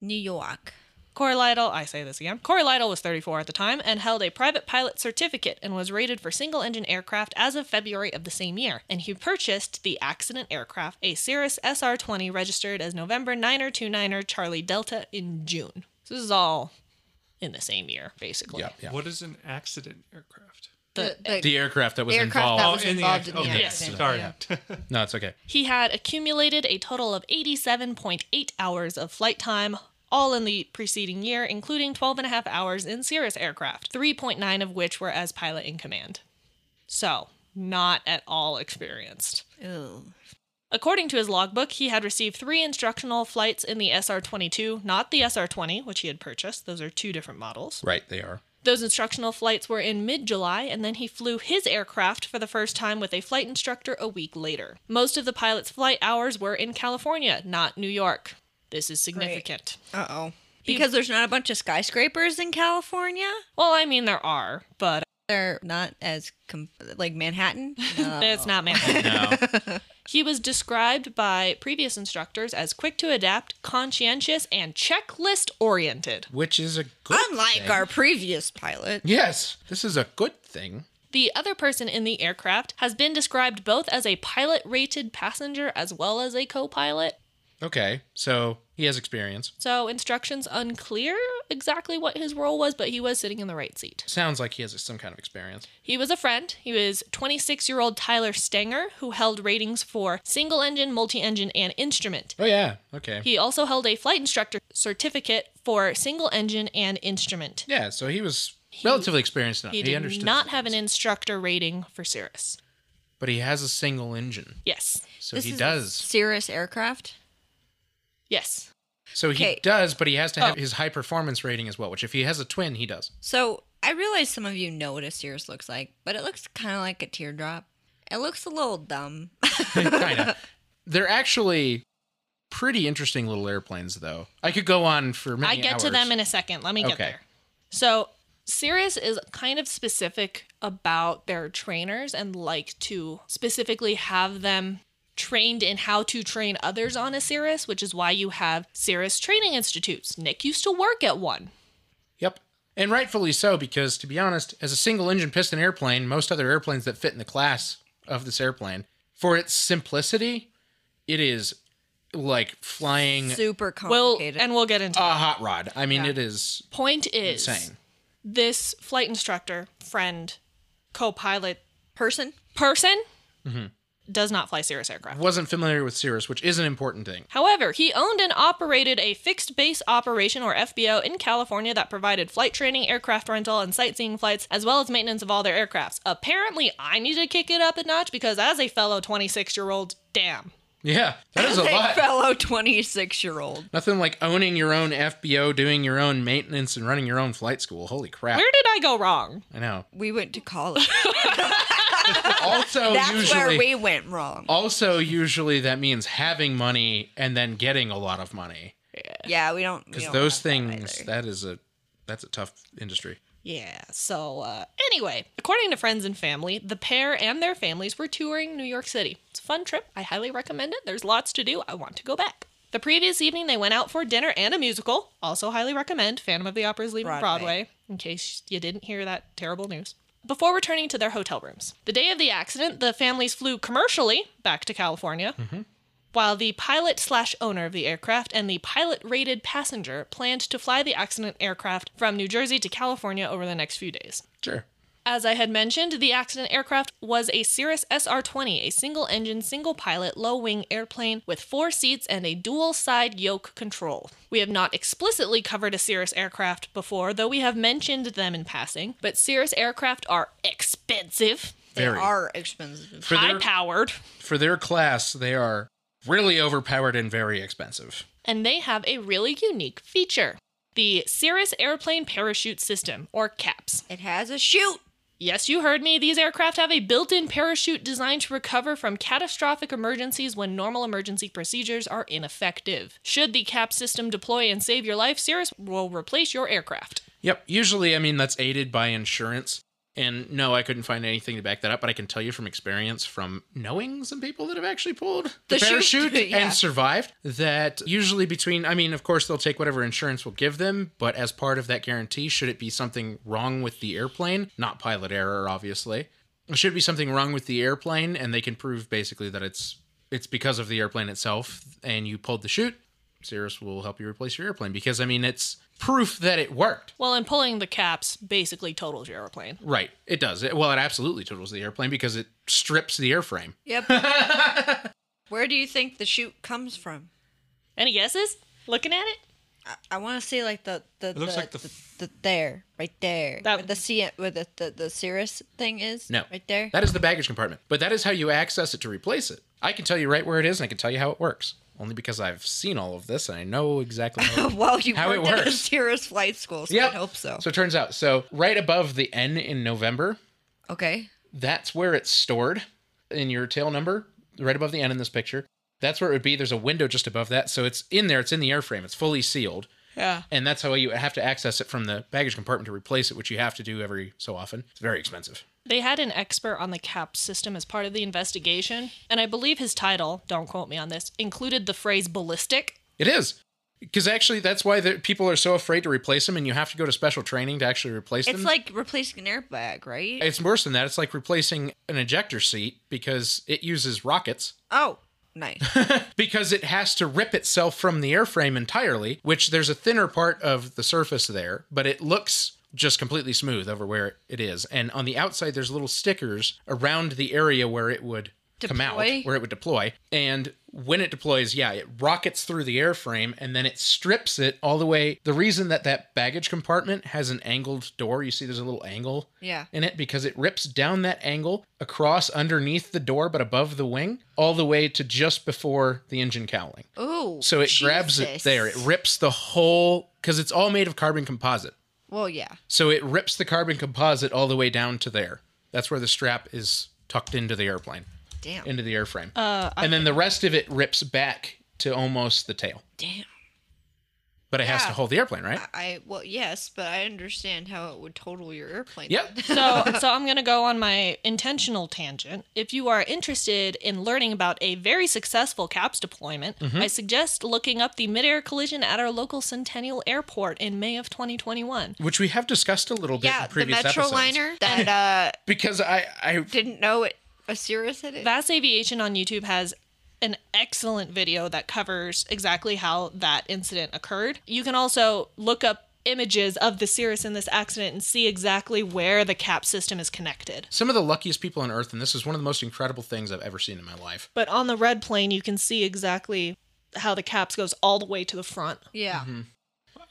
New York. Corey Lytle, I say this again. Corey Lytle was 34 at the time and held a private pilot certificate and was rated for single engine aircraft as of February of the same year. And he purchased the accident aircraft, a Cirrus SR 20, registered as November 9er29er Charlie Delta in June. So this is all in the same year, basically. Yep. yep. What is an accident aircraft? The- The aircraft that was aircraft Oh, that involved. was involved in acc- the okay, accident. Sorry. Yeah. No, it's okay. He had accumulated a total of 87.8 hours of flight time, all in the preceding year, including 12 and a half hours in Cirrus aircraft, 3.9 of which were as pilot in command. So, not at all experienced. Ew. According to his logbook, he had received three instructional flights in the SR 22, not the SR 20, which he had purchased. Those are two different models. Right, they are. Those instructional flights were in mid July, and then he flew his aircraft for the first time with a flight instructor a week later. Most of the pilot's flight hours were in California, not New York. This is significant. Uh oh. Because there's not a bunch of skyscrapers in California. Well, I mean, there are, but they're not as com- like Manhattan. It's not Manhattan. He was described by previous instructors as quick to adapt, conscientious, and checklist oriented. Which is a good Unlike thing. our previous pilot, Yes, this is a good thing. The other person in the aircraft has been described both as a pilot rated passenger as well as a co pilot. Okay, so he has experience. So, instructions unclear exactly what his role was, but he was sitting in the right seat. Sounds like he has some kind of experience. He was a friend. He was 26 year old Tyler Stenger, who held ratings for single engine, multi engine, and instrument. Oh, yeah, okay. He also held a flight instructor certificate for single engine and instrument. yeah, so he was relatively experienced enough. He He, did understood. not some have an things. instructor rating for Cirrus. But he has a single engine. Yes. So This he is a does. Cirrus aircraft. Yes. So he Okay. does, but he has to Oh. have his high performance rating as well, which if he has a twin, he does. So I realize some of you know what a Cirrus looks like, but it looks kind of like a teardrop. It looks a little dumb. kind of. They're actually pretty interesting little airplanes, though. I could go on for many I get to hours. them in a second. Let me get Okay. there. So, Cirrus is kind of specific about their trainers and like to specifically have them trained in how to train others on a Cirrus, which is why you have Cirrus training institutes. Nick used to work at one. Yep. And rightfully so, because to be honest, as a single engine piston airplane, most other airplanes that fit in the class of this airplane, for its simplicity, it is like flying Super Well, complicated. and we'll get into a hot rod. I mean, it is Point is insane. this flight instructor, friend, co pilot person. person Mm-hmm. does not fly Cirrus aircraft. Wasn't familiar with Cirrus, which is an important thing. However, he owned and operated a fixed base operation or FBO in California that provided flight training, aircraft rental, and sightseeing flights, as well as maintenance of all their aircrafts. Apparently, I need to kick it up a notch because, as a fellow 26 year old, damn. Yeah, that is a Hey, lot. fellow 26 year old. Nothing like owning your own FBO, doing your own maintenance, and running your own flight school. Holy crap! Where did I go wrong? I know. We went to college. Also, That's Oh, usually, where we went wrong. also usually that means having money and then getting a lot of money Yeah, we don't. we because don't those have that things either. that is a that's a tough industry. Yeah, so uh, anyway, according to friends and family, the pair and their families were touring New York City. It's a fun trip. I highly recommend it. There's lots to do. I want to go back. The previous evening, they went out for dinner and a musical. Also, highly recommend Phantom of the Opera's Leaving Broadway, Broadway. in case you didn't hear that terrible news. Before returning to their hotel rooms. The day of the accident, the families flew commercially back to California while the pilot slash owner of the aircraft and the pilot rated passenger planned to fly the accident aircraft from New Jersey to California over the next few days. Sure. As I had mentioned, the accident aircraft was a Cirrus SR 20, a single engine, single pilot, low wing airplane with four seats and a dual side yoke control. We have not explicitly covered a Cirrus aircraft before, though we have mentioned them in passing, but Cirrus aircraft are expensive, they Very. are expensive. For high their powered, for their class, they are really overpowered and very expensive. and they have a really unique feature the Cirrus Airplane Parachute System, or CAPS. It has a chute. Yes, you heard me. These aircraft have a built in parachute designed to recover from catastrophic emergencies when normal emergency procedures are ineffective. Should the CAPS system deploy and save your life, Cirrus will replace your aircraft. Yep. Usually, I mean that's aided by insurance. And no, I couldn't find anything to back that up, but I can tell you from experience, from knowing some people that have actually pulled the, The chute, parachute yeah. and survived, that usually between, I mean, of course, they'll take whatever insurance will give them, but as part of that guarantee, should it be something wrong with the airplane, not pilot error, obviously, should it be something wrong with the airplane, and they can prove basically that it's it's because of the airplane itself, and you pulled the chute. Cirrus will help you replace your airplane because I mean it's proof that it worked. Well, and pulling the CAPS basically totals your airplane. Right. It does. It, well, it absolutely totals the airplane because it strips the airframe. Yep. Where do you think the chute comes from? Any guesses? Looking at it? I, I want to say like the the, looks the, like the the, the there right there That- Where the sea where the, the the Cirrus thing is. No. right there. That is the baggage compartment. But that is how you access it to replace it. I can tell you right where it is and I can tell you how it works. Only because I've seen all of this and I know exactly how it well, you How it worked at the works. Cirrus flight school, so Yep. I hope so. So it turns out. So right above the N in November, Okay. that's where it's stored in your tail number, right above the end in this picture. That's where it would be. There's a window just above that. So it's in there, it's in the airframe, it's fully sealed. Yeah. And that's how you have to access it from the baggage compartment to replace it, which you have to do every so often. It's very expensive. They had an expert on the CAP system as part of the investigation, and I believe his title, don't quote me on this, included the phrase ballistic. It is. Because actually, that's why the people are so afraid to replace them, and you have to go to special training to actually replace them. It's like replacing an airbag, right? it's worse than that. It's like replacing an ejector seat because it uses rockets. Oh, nice. because it has to rip itself from the airframe entirely, which there's a thinner part of the surface there, but it looks just completely smooth over where it is. And on the outside, there's little stickers around the area where it would come out, Deploy? where it would deploy. And when it deploys, yeah, it rockets through the airframe and then it strips it all the way. The reason that that baggage compartment has an angled door, you see there's a little angle Yeah. in it because it rips down that angle across underneath the door but above the wing all the way to just before the engine cowling. Ooh. So it grabs it Jesus. there. It rips the whole cuz it's all made of carbon composite. Well, yeah. So it rips the carbon composite all the way down to there. That's where the strap is tucked into the airplane, Damn. into the airframe. Uh, and then the rest of it rips back to almost the tail. Damn. But it has to hold the airplane, right? I well, yes, but I understand how it would total your airplane. Yep. So, so I'm going to go on my intentional tangent. If you are interested in learning about a very successful CAPS deployment, I suggest looking up the midair collision at our local Centennial Airport in May of 2021. Which we have discussed a little bit Yeah, in the previous metro episodes. liner that uh, Because I I didn't know it. A Cirrus hit it. Vast Aviation on YouTube has an excellent video that covers exactly how that incident occurred. You can also look up images of the Cirrus in this accident and see exactly where the cap system is connected. some of the luckiest people on earth, and this is one of the most incredible things I've ever seen in my life. But on the red plane, you can see exactly how the caps goes all the way to the front. yeah,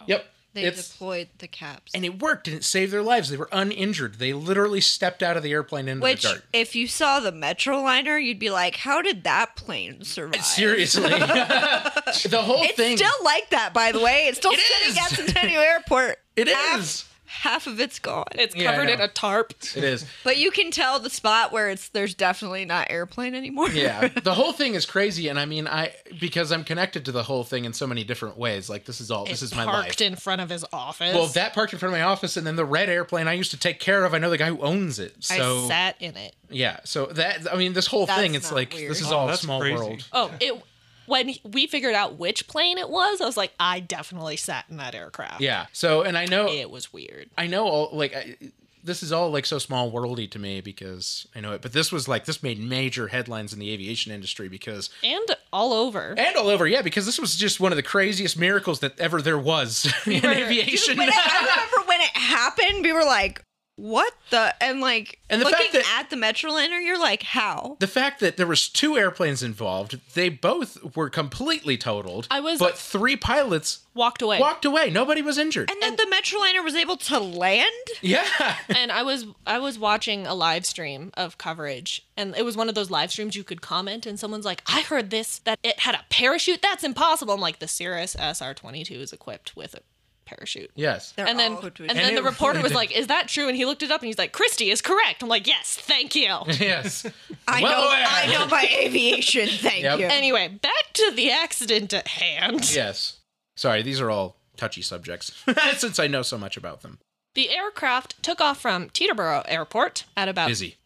Yep. Oh, they Mm-hmm. it's, deployed the caps. and it worked and it saved their lives. They were uninjured. They literally stepped out of the airplane into Which, the dirt. if you saw the metro liner, you'd be like, "How did that plane survive?" Seriously. the whole It's thing. still like that, by the way. It's still sitting is. at Centennial Airport. it half, is. Half of it's gone. It's Yeah, I covered in know. a tarp. It is. But you can tell the spot where it's there's definitely not airplane anymore. Yeah. The whole thing is crazy. And I mean, I, because I'm connected to the whole thing in so many different ways. Like, this is all, this is my life. parked in front of his office. well, that parked in front of my office, and then the red airplane I used to take care of. I know the guy who owns it. So I sat in it. yeah, so that I mean, this whole That's thing, it's not like weird. this is Oh, all that's small crazy. world. Oh, it when we figured out which plane it was, I was like, I definitely sat in that aircraft. Yeah. So, and I know It was weird. I know all like I, this is all like so small worldy to me because I know it, but this was like this made major headlines in the aviation industry because And all over. and all over, yeah, because this was just one of the craziest miracles that ever there was in Right. aviation. When it, I remember when it happened, we were like, "What the?" And like And the looking fact that- at the Metroliner, you're like, "How?" the fact that there was two airplanes involved, they both were completely totaled. I was- but three pilots Walked away. walked away. Nobody was injured. And then the Metroliner was able to land. yeah, and I was I was watching a live stream of coverage and it was one of those live streams you could comment and someone's like, I heard this that it had a parachute. That's impossible. I'm like, the Cirrus SR twenty two is equipped with a parachute. yes. They're And then, all- and And then it the reporter really was did. like, "Is that true?" And he looked it up, and he's like, "Christy is correct." I'm like, "Yes, thank you." Yes. I Well know. aware. I know my aviation. Thank Yep. you. anyway, back to the accident at hand. Yes. Sorry, these are all touchy subjects since I know so much about them. The aircraft took off from Teterboro Airport at about. Busy,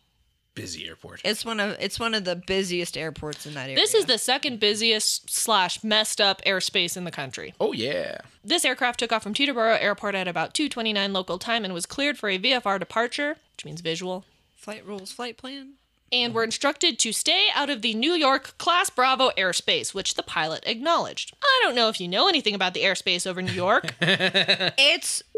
busy airport. it's one of it's one of the busiest airports in that area. This is the second busiest slash messed up airspace in the country. Oh yeah. This aircraft took off from Teterboro Airport at about 2:29 local time and was cleared for a VFR departure, which means visual. flight rules, flight plan. And were instructed to stay out of the New York Class Bravo airspace, which the pilot acknowledged. I don't know if you know anything about the airspace over New York. It's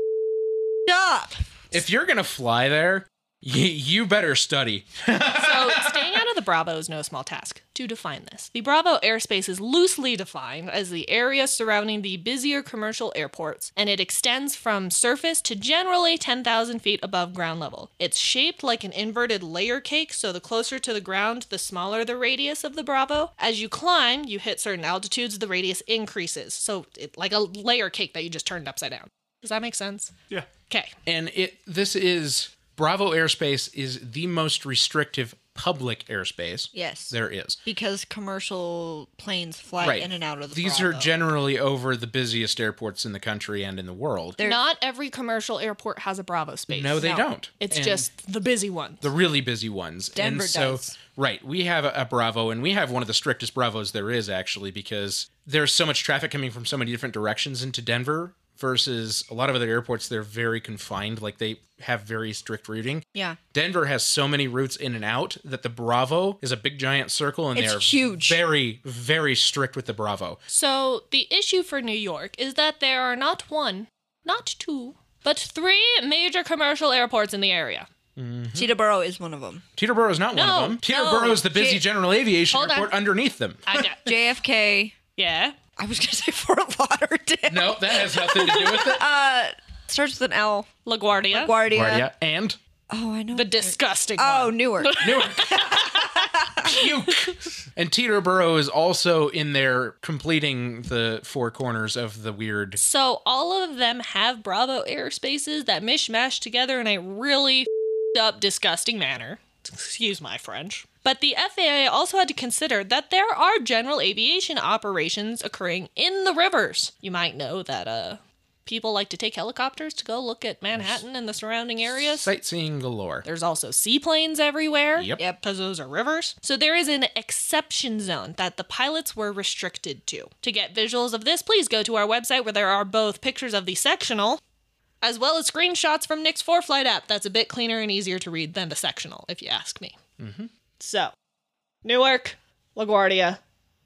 up. If you're gonna fly there, you, you better study. So, staying out of the Bravo is no small task. To define this, the Bravo airspace is loosely defined as the area surrounding the busier commercial airports, and it extends from surface to generally 10,000 feet above ground level. It's shaped like an inverted layer cake, so the closer to the ground, the smaller the radius of the Bravo. As you climb, you hit certain altitudes, the radius increases. So, it, like a layer cake that you just turned upside down. Does that make sense? Yeah. Okay. And it this is Bravo airspace is the most restrictive public airspace Yes. there is. because commercial planes fly Right. in and out of the These are Bravo. generally over the busiest airports in the country and in the world. They're- Not every commercial airport has a Bravo space. No, they don't. It's And- just the busy ones. the really busy ones. Denver and so, does. Right. We have a, a Bravo, and we have one of the strictest Bravos there is, actually, because there's so much traffic coming from so many different directions into Denver versus a lot of other airports. They're very confined, like they have very strict routing. yeah. Denver has so many routes in and out that the Bravo is a big giant circle, and It's they're huge. very, very strict with the Bravo. So the issue for New York is that there are not one, not two, but three major commercial airports in the area. Mm-hmm. Teterboro is one of them. Teterboro is not one No, of them. no. Teterboro is the busy Ki- general aviation Hold on. airport underneath them. I got, JFK. yeah. I was gonna say Fort Lauderdale. no, that has nothing to do with it. Starts with an L. LaGuardia. Guardia. Guardia and Oh, I know. The disgusting oh, one. Newark. Newark. Puke. And Teterboro is also in there completing the four corners of the weird. So all of them have Bravo airspaces that mishmash together in a really f***ed up, disgusting manner. Excuse my French. But the FAA also had to consider that there are general aviation operations occurring in the rivers. You might know that uh, people like to take helicopters to go look at Manhattan and the surrounding areas. Sightseeing galore. There's also seaplanes everywhere. Yep. Yep. Because those are rivers. So there is an exception zone that the pilots were restricted to. To get visuals of this, please go to our website where there are both pictures of the sectional as well as screenshots from Nick's Four Flight app. That's a bit cleaner and easier to read than the sectional, if you ask me. Mm-hmm. So, Newark, LaGuardia,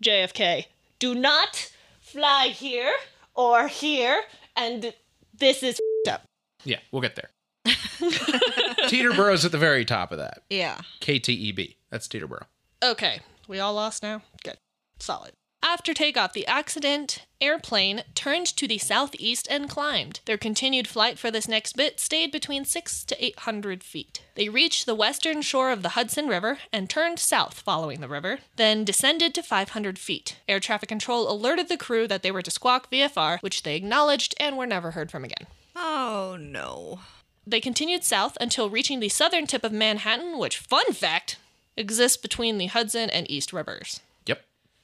JFK. Do not fly here or here, and this is f***ed up. Yeah, we'll get there. Teterboro's at the very top of that. Yeah. KTEB. That's Teterboro. Okay, we all lost now? Good. Solid. After takeoff, the accident airplane turned to the southeast and climbed. Their continued flight for this next bit stayed between 6 to 800 feet. They reached the western shore of the Hudson River and turned south following the river, then descended to 500 feet. Air traffic control alerted the crew that they were to squawk VFR, which they acknowledged and were never heard from again. Oh no. They continued south until reaching the southern tip of Manhattan, which, fun fact, exists between the Hudson and East Rivers. Yep.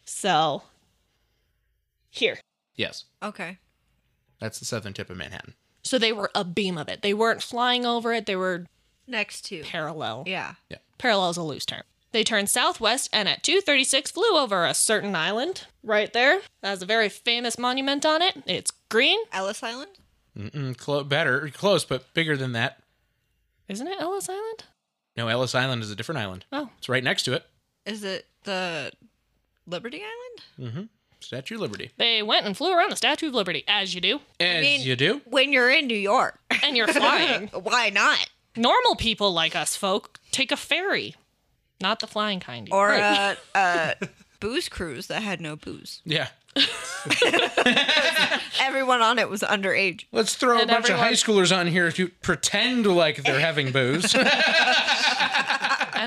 So, here. Yes. Okay. That's the southern tip of Manhattan. So they were abeam of it. They weren't flying over it, they were Next to. parallel. Yeah. Parallel is a loose term. They turned southwest and at 236 flew over a certain island right there. That has a very famous monument on it. It's green, Ellis Island. Mm-mm, clo- better, close, but bigger than that. isn't it? Ellis Island? No, Ellis Island is a different island. Oh, It's right next to it. Is it the Liberty Island? Statue of Liberty. they went and flew around the Statue of Liberty, as you do, As mean- you do. When you're in New York, and you're flying. why not? Normal people like us folk take a ferry, not the flying kind. Or uh, Right. a, a booze cruise that had no booze. Yeah. Everyone on it was underage. Let's throw And a bunch everyone- of high schoolers on here to pretend like they're having booze. and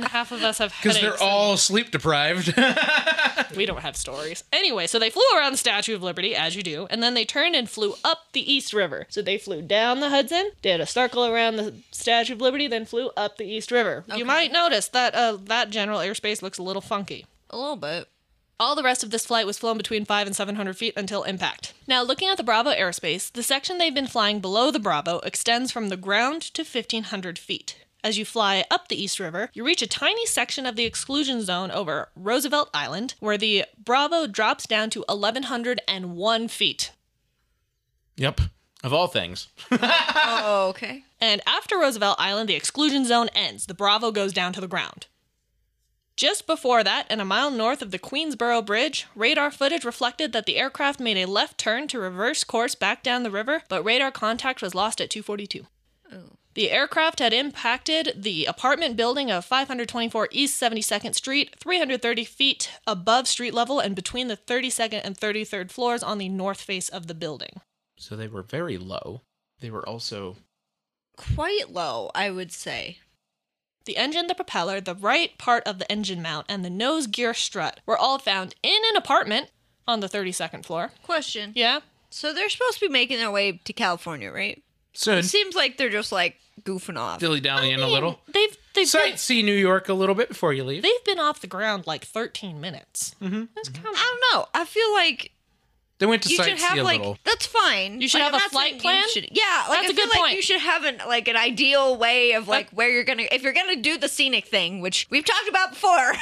half of us have headaches. Because they're and- all sleep deprived. We don't have stories. Anyway, so they flew around the Statue of Liberty, as you do, and then they turned and flew up the East River. So they flew down the Hudson, did a circle around the Statue of Liberty, then flew up the East River. You might notice that uh, that general airspace looks a little funky. A little bit. All the rest of this flight was flown between 5 and 700 feet until impact. Now, looking at the Bravo airspace, the section they've been flying below the Bravo extends from the ground to 1500 feet. As you fly up the East River, you reach a tiny section of the exclusion zone over Roosevelt Island, where the Bravo drops down to 1101 feet. Yep. Of all things. Oh, okay. And after Roosevelt Island, the exclusion zone ends. The Bravo goes down to the ground. Just before that, and a mile north of the Queensboro Bridge, radar footage reflected that the aircraft made a left turn to reverse course back down the river, but radar contact was lost at 242. The aircraft had impacted the apartment building of 524 East 72nd Street, 330 feet above street level and between the 32nd and 33rd floors on the north face of the building. So they were very low. They were also Quite low, I would say. The engine, the propeller, the right part of the engine mount, and the nose gear strut were all found in an apartment on the 32nd floor. Question. Yeah. So they're supposed to be making their way to California, right? soon. It seems like they're just like goofing off. dilly dallying a little. They've they've been, Sightsee New York a little bit before you leave. they've been off the ground like 13 minutes. Mm-hmm. That's kind of I don't know. I feel like They went to you should sightsee have a like little. that's fine. You should Like, have I'm a not flight saying you plan? should- yeah, like That's I a good feel like point. You should have an like an ideal way of like where you're gonna if you're gonna do the scenic thing, which we've talked about before.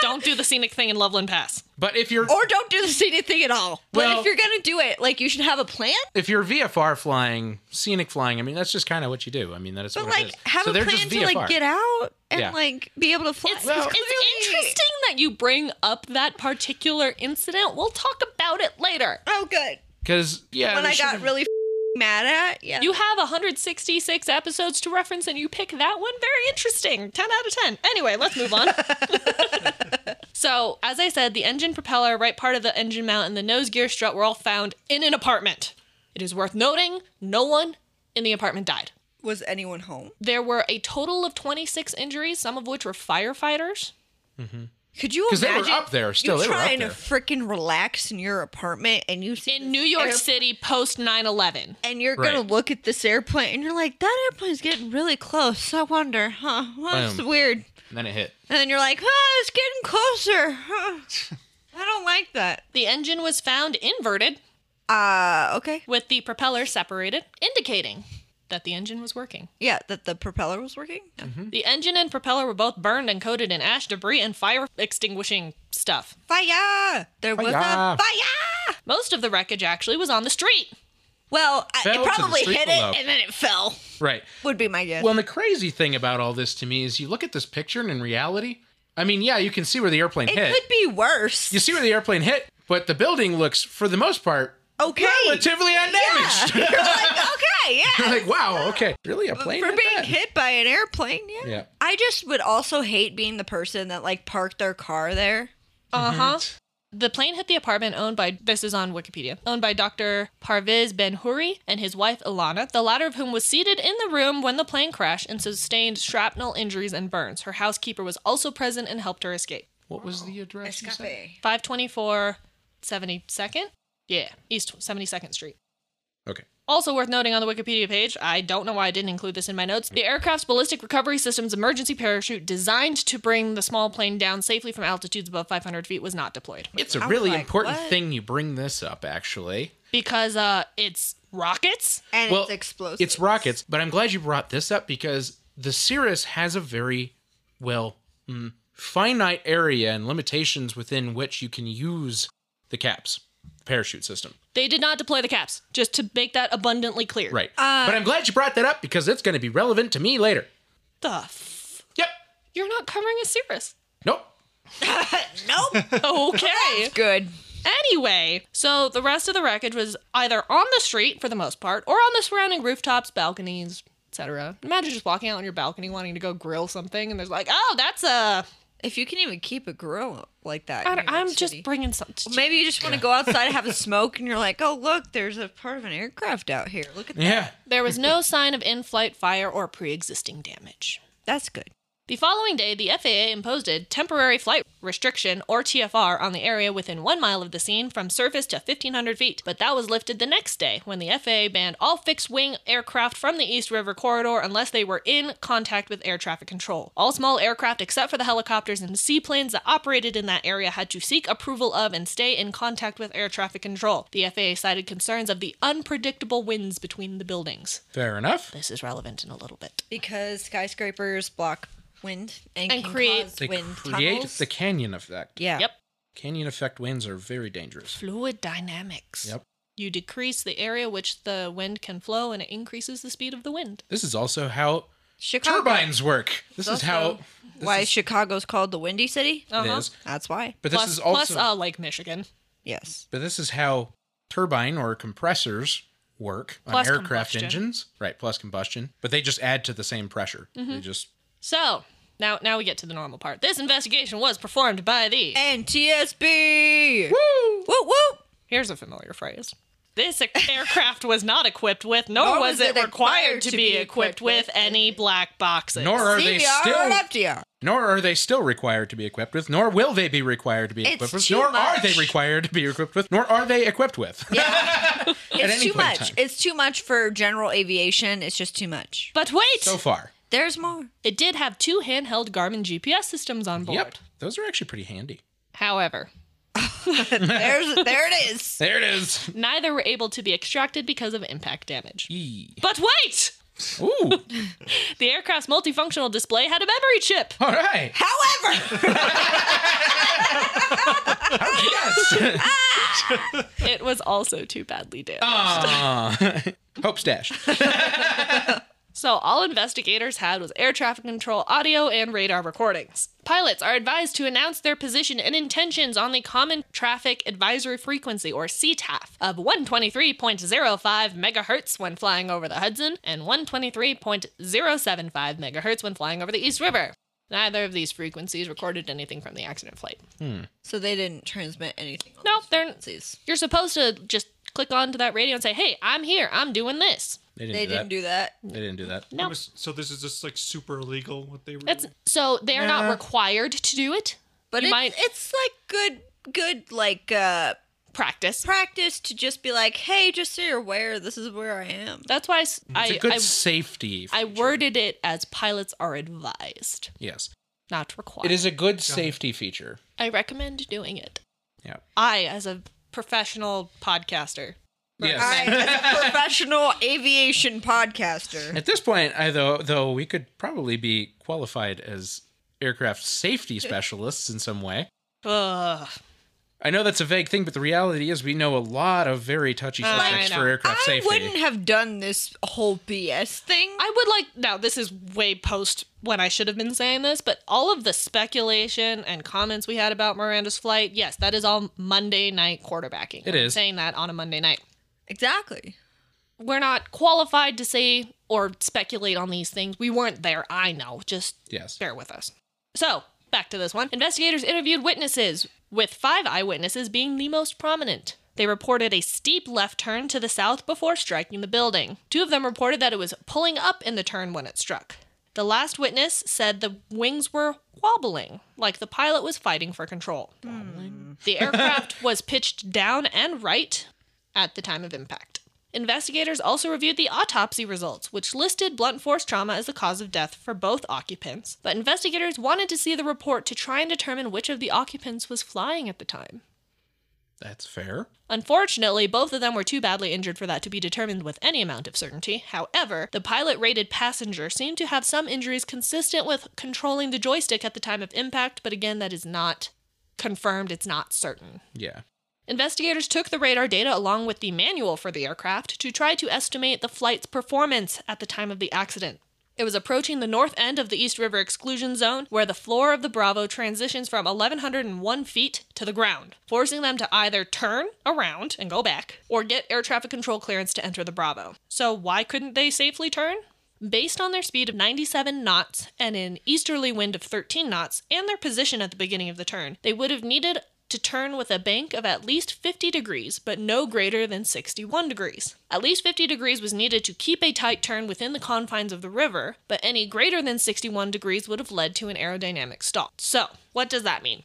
don't do the scenic thing in Loveland Pass. But if you're or don't do the scenic thing at all. But Well- if you're gonna do it, like you should have a plan. if you're VFR flying, scenic flying, I mean that's just kind of what you do. I mean that is But what it like is. have so a they're plan just to VFR. like get out and Yeah. like be able to fly. It's, Well- it's Clearly- interesting that you bring up that particular incident. We'll talk about it later. Oh, good. Because yeah, When they I should got have- really mad at yeah. You have 166 episodes to reference, and you pick that one. Very interesting. 10 out of 10. Anyway, let's move on. so, as I said, the engine propeller, right part of the engine mount, and the nose gear strut were all found in an apartment. It is worth noting no one in the apartment died. Was anyone home? There were a total of 26 injuries, some of which were firefighters. Could you 'Cause they were imagine? up there still, You're they were up trying there. to freaking relax in your apartment, and you see In this New York air- City post 9 11. and you're gonna Right. look at this airplane, and you're like, "That airplane's getting really close. I wonder, huh? Well, That's Boom. weird." and then it hit. And then you're like, "Oh, it's getting closer. Huh. I don't like that." The engine was found inverted Uh, okay. with the propeller separated, indicating that the engine was working. Yeah, that the propeller was working. Yeah. Mm-hmm. The engine and propeller were both burned and coated in ash, debris, and fire extinguishing stuff. Fire! There was Fire! a fire. Most of the wreckage actually was on the street. Well, I- Fell to it the probably street hit below. it and then it fell. Right. Would be my guess. Well, and the crazy thing about all this to me is you look at this picture and in reality, I mean, yeah, you can see where the airplane it hit. could be worse. You see where the airplane hit, but the building looks, for the most part, Okay. relatively undamaged. like, okay, yeah. You're like, wow, okay, really a plane for hit being that? hit by an airplane. Yeah. Yeah. I just would also hate being the person that like parked their car there. Uh huh. The plane hit the apartment owned by, this is on Wikipedia, owned by Dr. Parviz Ben Huri and his wife Ilana, the latter of whom was seated in the room when the plane crashed and sustained shrapnel injuries and burns. Her housekeeper was also present and helped her escape. What was the address? you said? 524 72nd? Yeah, East 72nd Street. Okay. Also worth noting on the Wikipedia page, I don't know why I didn't include this in my notes. The aircraft's ballistic recovery system's emergency parachute, designed to bring the small plane down safely from altitudes above 500 feet, was not deployed It's a I was really like, important what? thing you bring this up, actually. because uh, it's rockets. And well, it's explosive. It's rockets, but I'm glad you brought this up because the Cirrus has a very, well, mm, finite area and limitations within which you can use the caps, parachute system. They did not deploy the caps, just to make that abundantly clear. Right. Uh, but I'm glad you brought that up because it's going to be relevant to me later. The f- Yep. you're not covering a Cirrus. Nope. nope. Okay. Good. Anyway, so the rest of the wreckage was either on the street for the most part, or on the surrounding rooftops, balconies, etc. Imagine just walking out on your balcony wanting to go grill something, and there's like, oh, that's a. If you can even keep a grill like that. in I New don't, York I'm City. just bringing some. Maybe you just want to go outside and have a smoke, and you're like, "Oh, look, there's a part of an aircraft out here. Look at that. Yeah. There was no sign of in-flight fire or pre-existing damage. That's good." The following day, the FAA imposed a temporary flight restriction, or TFR, on the area within one mile of the scene from surface to 1,500 feet, but that was lifted the next day when the FAA banned all fixed wing aircraft from the East River Corridor unless they were in contact with air traffic control. All small aircraft, except for the helicopters and seaplanes that operated in that area, had to seek approval of and stay in contact with air traffic control. The FAA cited concerns of the unpredictable winds between the buildings. Fair enough. This is relevant in a little bit. Because skyscrapers block wind and, And can create- cause They wind create tunnels. the canyon effect. yeah. Yep. Canyon effect winds are very dangerous. Fluid dynamics. Yep. You decrease the area which the wind can flow and it increases the speed of the wind. This is also how Chicago. turbines work. This is Also how why Chicago's called the Windy City. it Uh-huh. is. That's why. But this Plus, is also plus uh, Lake Michigan. Yes. But this is how turbine or compressors work Plus on aircraft combustion. engines, right? Plus combustion, but they just add to the same pressure. Mm-hmm. They just So now now we get to the normal part. This investigation was performed by the And TSB. Woo! Woo! Woo! here's a familiar phrase. This aircraft was not equipped with, nor, was it required to be equipped with any black boxes. nor are they CBR still and FDR. nor are they still required to be equipped with, nor will they be required to be It's equipped with, too nor are much. they required to be equipped with, nor are they equipped with. At It's any too point in much. time. It's too much for general aviation. It's just too much. But wait, So far. There's more. it did have two handheld Garmin GPS systems on board. Yep. Those are actually pretty handy. However, There's there it is. There it is. neither were able to be extracted because of impact damage. Yee. But wait! Ooh. The aircraft's multifunctional display had a memory chip. All right. However, Yes. It was also too badly damaged. Ah. Aw. Hope stash. So, all investigators had was air traffic control audio and radar recordings. Pilots are advised to announce their position and intentions on the Common Traffic Advisory Frequency, or CTAF, of 123.05 megahertz when flying over the Hudson and 123.075 megahertz when flying over the East River. Neither of these frequencies recorded anything from the accident flight. so they didn't transmit anything. on No, those they're- frequencies. You're supposed to just click onto that radio and say, hey, I'm here, I'm doing this. They didn't, They do, that. didn't do that. They didn't do that. No. It was- so this is just like super illegal what they were. That's so they are not Yeah. required to do it. But You it's, might- it's like good good like uh Practice. practice to just be like, hey, just so you're aware, this is where I am. That's why s- It's a I good I- safety. I feature. worded it as pilots are advised, Yes. not required. It is a good safety feature. I recommend doing it. Yeah. I, as a professional podcaster, Yes. I, as a professional aviation podcaster, At this point, I, though, though we could probably be qualified as aircraft safety specialists in some way. ugh, I know that's a vague thing, but the reality is we know a lot of very touchy Uh, subjects I for know. aircraft I safety. wouldn't have done this whole BS thing. I would like. Now, this is way post when I should have been saying this, but all of the speculation and comments we had about Miranda's flight, yes, that is all Monday night quarterbacking. It I'm is. saying that on a Monday night. exactly. We're not qualified to say or speculate on these things. We weren't there. I know. Just Yes. bear with us. So, back to this one. Investigators interviewed witnesses, with five eyewitnesses being the most prominent. They reported a steep left turn to the south before striking the building. Two of them reported that it was pulling up in the turn when it struck. The last witness said the wings were wobbling, like the pilot was fighting for control. The aircraft was pitched down and right at the time of impact. Investigators also reviewed the autopsy results, which listed blunt force trauma as the cause of death for both occupants, but investigators wanted to see the report to try and determine which of the occupants was flying at the time. That's fair. Unfortunately, both of them were too badly injured for that to be determined with any amount of certainty. However, the pilot rated passenger seemed to have some injuries consistent with controlling the joystick at the time of impact, but again, that is not confirmed, it's not certain. Yeah. Investigators took the radar data along with the manual for the aircraft to try to estimate the flight's performance at the time of the accident. It was approaching the north end of the East River exclusion zone, where the floor of the Bravo transitions from 1,101 feet to the ground, forcing them to either turn around and go back or get air traffic control clearance to enter the Bravo. So, why couldn't they safely turn? Based on their speed of 97 knots and an easterly wind of 13 knots, and their position at the beginning of the turn, they would have needed to turn with a bank of at least 50 degrees, but no greater than 61 degrees. At least 50 degrees was needed to keep a tight turn within the confines of the river, but any greater than 61 degrees would have led to an aerodynamic stall. So, what does that mean?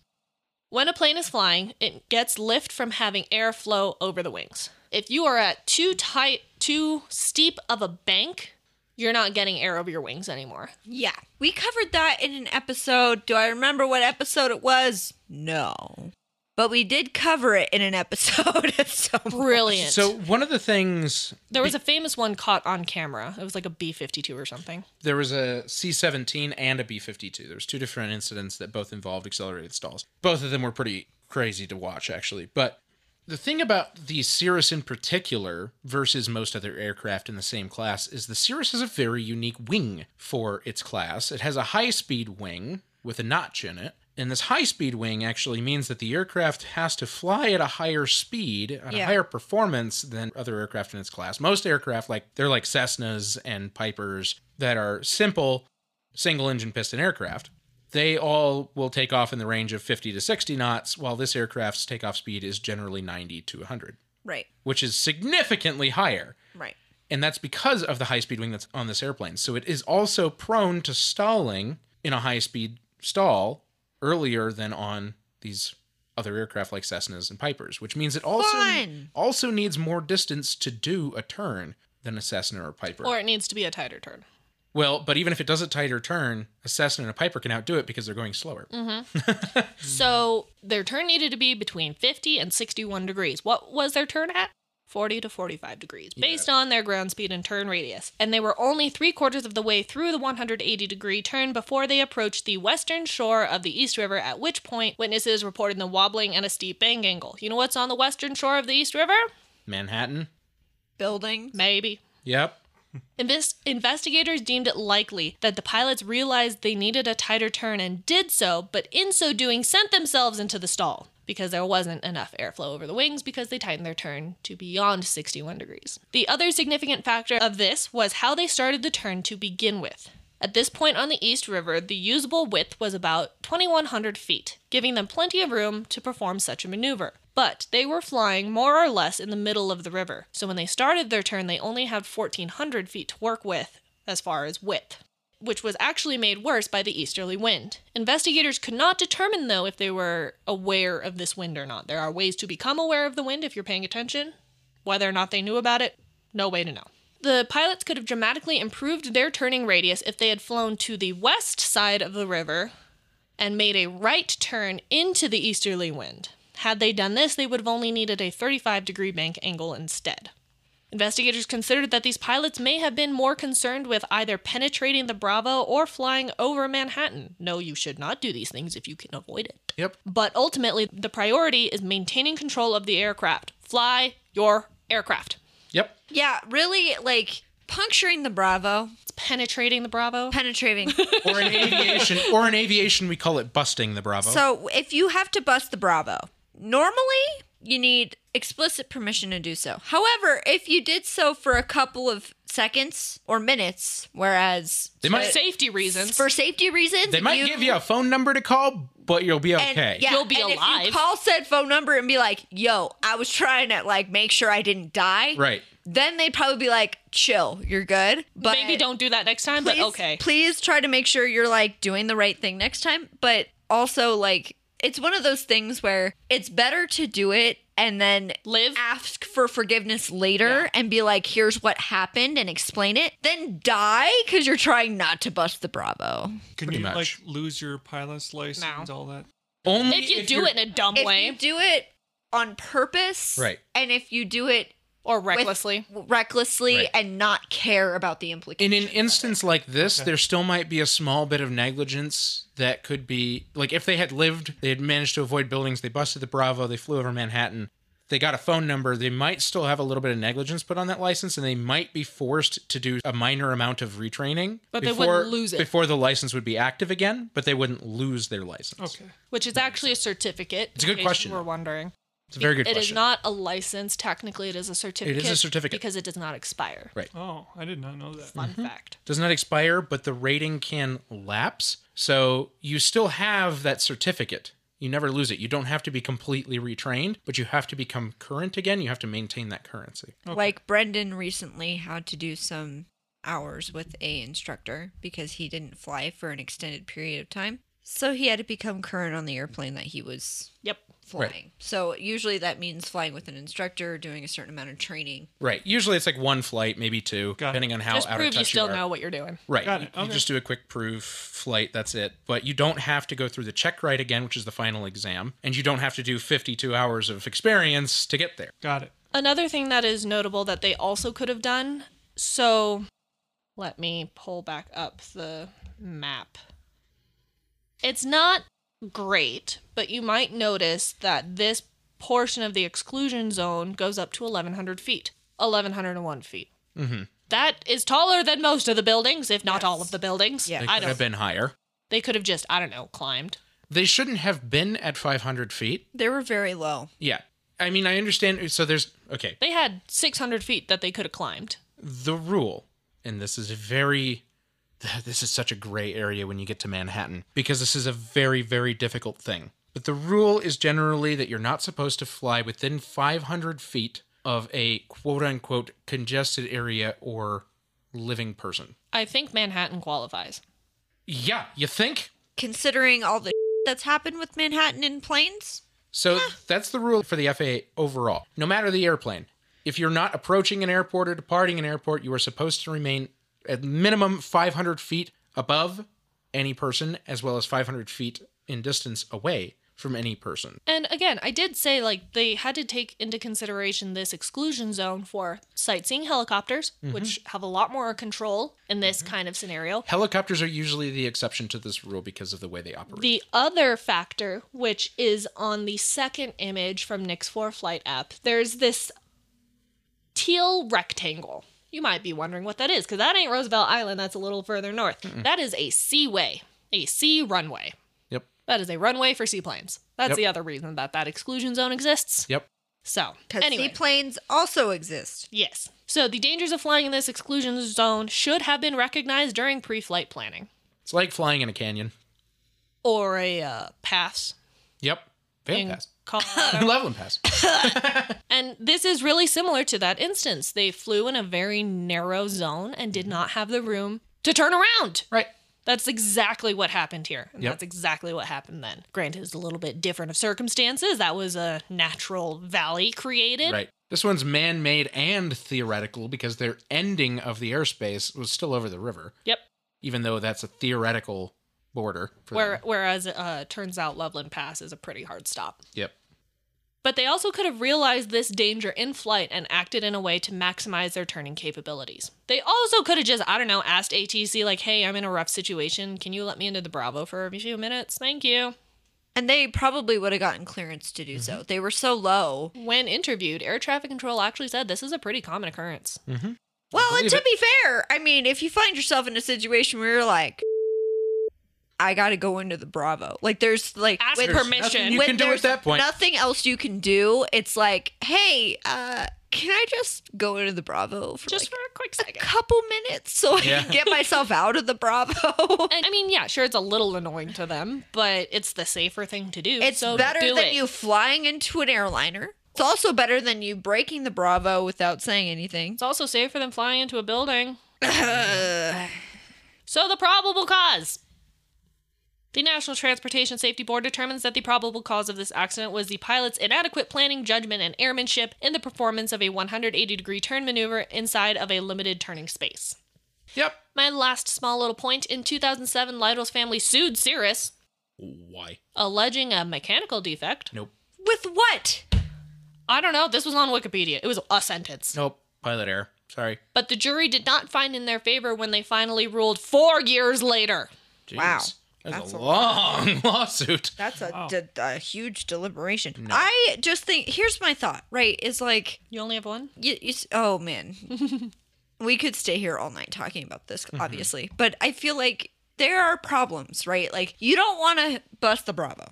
When a plane is flying, it gets lift from having air flow over the wings. If you are at too tight, too steep of a bank, you're not getting air over your wings anymore. Yeah. We covered that in an episode. Do I remember what episode it was? No. But we did cover it in an episode. so Brilliant. So one of the things there was a famous one caught on camera. It was like a B 52 or something. there was a C-17 and a B-52. There was two different incidents that both involved accelerated stalls. Both of them were pretty crazy to watch, actually. But the thing about the Cirrus in particular versus most other aircraft in the same class is the Cirrus has a very unique wing for its class. It has a high-speed wing with a notch in it. And this high speed wing actually means that the aircraft has to fly at a higher speed, at a Yeah. higher performance than other aircraft in its class. Most aircraft, like they're like Cessnas and Pipers that are simple single engine piston aircraft. They all will take off in the range of 50 to 60 knots, while this aircraft's takeoff speed is generally 90 to 100, Right. which is significantly higher. Right. And that's because of the high speed wing that's on this airplane. So it is also prone to stalling in a high speed stall earlier than on these other aircraft like Cessnas and Pipers, which means it also Fun. also needs more distance to do a turn than a Cessna or a Piper. Or it needs to be a tighter turn. well, but even if it does a tighter turn, a Cessna and a Piper can outdo it because they're going slower. So their turn needed to be between 50 and 61 degrees. What was their turn at? 40 to 45 degrees, based on their ground speed and turn radius. And they were only three quarters of the way through the 180 degree turn before they approached the western shore of the East River, at which point witnesses reported the wobbling and a steep bank angle. You know what's on the western shore of the East River? Manhattan. Building. Maybe. Yep. Inves- investigators deemed it likely that the pilots realized they needed a tighter turn and did so, but in so doing, sent themselves into the stall because there wasn't enough airflow over the wings because they tightened their turn to beyond 61 degrees. The other significant factor of this was how they started the turn to begin with. At this point on the East River, the usable width was about 2,100 feet, giving them plenty of room to perform such a maneuver. But they were flying more or less in the middle of the river, so when they started their turn, they only had 1,400 feet to work with as far as width, which was actually made worse by the easterly wind. Investigators could not determine, though, if they were aware of this wind or not. There are ways to become aware of the wind if you're paying attention. Whether or not they knew about it, no way to know. The pilots could have dramatically improved their turning radius if they had flown to the west side of the river and made a right turn into the easterly wind. Had they done this, they would have only needed a 35 degree bank angle instead. Investigators considered that these pilots may have been more concerned with either penetrating the Bravo or flying over Manhattan. No, you should not do these things if you can avoid it. Yep. But ultimately, the priority is maintaining control of the aircraft. Fly your aircraft. Yep. Yeah, really like puncturing the Bravo, It's penetrating the Bravo. penetrating. Or in aviation or in aviation we call it busting the Bravo. so if you have to bust the Bravo, normally you need explicit permission to do so. However, if you did so for a couple of seconds or minutes, whereas they might safety reasons. for safety reasons, they might give you a phone number to call, but you'll be and, okay. yeah, You'll be and If you alive. call said phone number and be like, "Yo, I was trying to like make sure I didn't die," Right. Then they'd probably be like, "Chill, you're good." But Maybe don't do that next time, please, but okay. Please try to make sure you're like doing the right thing next time. But also, like, it's one of those things where it's better to do it and then Live. ask for forgiveness later and be like, here's what happened and explain it, then die because you're trying not to bust the Bravo. Can Pretty you much. like lose your pilot's license, all that? Only If you do you're- it in a dumb If way you do it on purpose, Right. And if you do it or with- recklessly. recklessly Right. and not care about the implications. in an instance like this, there still might be a small bit of negligence that could be like if they had lived, they had managed to avoid buildings, they busted the Bravo, they flew over Manhattan, they got a phone number, they might still have a little bit of negligence put on that license and they might be forced to do a minor amount of retraining. But they wouldn't lose it. Before the license would be active again, but they wouldn't lose their license. Okay. which is actually a certificate. It's a good in case question, You though. were wondering. It's a very good It question. is not a license. Technically, it is a certificate. certificate. because it does not expire. Right. Oh, I did not know that. Fun fact. does not expire, but the rating can lapse. So you still have that certificate. You never lose it. You don't have to be completely retrained, but you have to become current again. You have to maintain that currency. Like Brendan recently had to do some hours with a instructor because he didn't fly for an extended period of time. So he had to become current on the airplane that he was Yep. flying. Right. So usually that means flying with an instructor, doing a certain amount of training. Right. Usually it's like one flight, maybe two, Got it. depending on how Just out of prove touch you still are. know what you're doing. Right. Got You- it. You, Okay. just do a quick proof flight. That's it. But you don't have to go through the check right again, which is the final exam, and you don't have to do 52 hours of experience to get there. Got it. Another thing that is notable that they also could have done. So, let me pull back up the map. It's not great, but you might notice that this portion of the exclusion zone goes up to 1,100 feet. 1,101 feet. Mm-hmm. That is taller than most of the buildings, if not all of the buildings. Yeah. It I could don't. have been higher. They could have just, I don't know, climbed. They shouldn't have been at 500 feet. They were very low. Yeah. I mean, I understand. So there's, okay, They had 600 feet that they could have climbed. the rule, and this is a very, this is such a gray area when you get to Manhattan because this is a very, very difficult thing. But the rule is generally that you're not supposed to fly within 500 feet of a quote unquote congested area or living person. I think Manhattan qualifies. Yeah, you think? Considering all the that's happened with Manhattan in planes, So that's the rule for the FAA overall. No matter the airplane, if you're not approaching an airport or departing an airport, you are supposed to remain at minimum 500 feet above any person, as well as 500 feet in distance away from any person. And again, I did say like they had to take into consideration this exclusion zone for sightseeing helicopters, which have a lot more control in this kind of scenario. Helicopters are usually the exception to this rule because of the way they operate. The other factor, which is on the second image from Nick's Four Flight app, there's this teal rectangle. You might be wondering what that is, because that ain't Roosevelt Island. That's a little further north. That is a seaway, a sea runway. yep. That is a runway for seaplanes. That's Yep. the other reason that that exclusion zone exists. Yep. So, Because anyway, seaplanes also exist. yes. So the dangers of flying in this exclusion zone should have been recognized during pre-flight planning It's like flying in a canyon. or a uh, pass Yep. Vail in Pass. Colorado. Loveland Pass. And this is really similar to that instance. They flew in a very narrow zone and did not have the room to turn around. Mm-hmm. Right. That's exactly what happened here. And Yep. that's exactly what happened then. Granted, it's a little bit different of circumstances. That was a natural valley created. Right. This one's man made and theoretical because their ending of the airspace was still over the river, Yep. even though that's a theoretical border. For Where, them. whereas uh, turns out Loveland Pass is a pretty hard stop. Yep. But they also could have realized this danger in flight and acted in a way to maximize their turning capabilities. They also could have just, I don't know, asked ATC, like, hey, I'm in a rough situation. Can you let me into the Bravo for a few minutes? Thank you. And they probably would have gotten clearance to do so. They were so low. When interviewed, air traffic control actually said this is a pretty common occurrence. Mm. Well, and believe to it. be fair, I mean, if you find yourself in a situation where you're like, I got to go into the Bravo. Like, there's like, Ask when- permission. nothing you when can do there's at that point. Nothing else you can do. It's like, hey, uh, can I just go into the Bravo for Just like for a quick a second. couple minutes so I Yeah. can get myself out of the Bravo? And I mean, yeah, sure, it's a little annoying to them, but it's the safer thing to do. It's so better do than it. you flying into an airliner. It's also better than you breaking the Bravo without saying anything. It's also safer than flying into a building. so the probable cause. The National Transportation Safety Board determines that the probable cause of this accident was the pilot's inadequate planning, judgment, and airmanship in the performance of a 180 degree turn maneuver inside of a limited turning space. Yep. My last small little point in 2007, Lytle's family sued Cirrus, Why? alleging a mechanical defect. Nope. With what? I don't know, this was on Wikipedia. It was a sentence. Nope. Pilot error. Sorry. But the jury did not find in their favor when they finally ruled four years later. Jeez. Wow. That's, That's a, a long lawsuit. That's a, d- a huge deliberation. I just think here's my thought, right? Is like You only have one? you, you s- oh man we could stay here all night talking about this Mm-hmm. obviously but i feel like there are problems right like you don't want to bust the bravo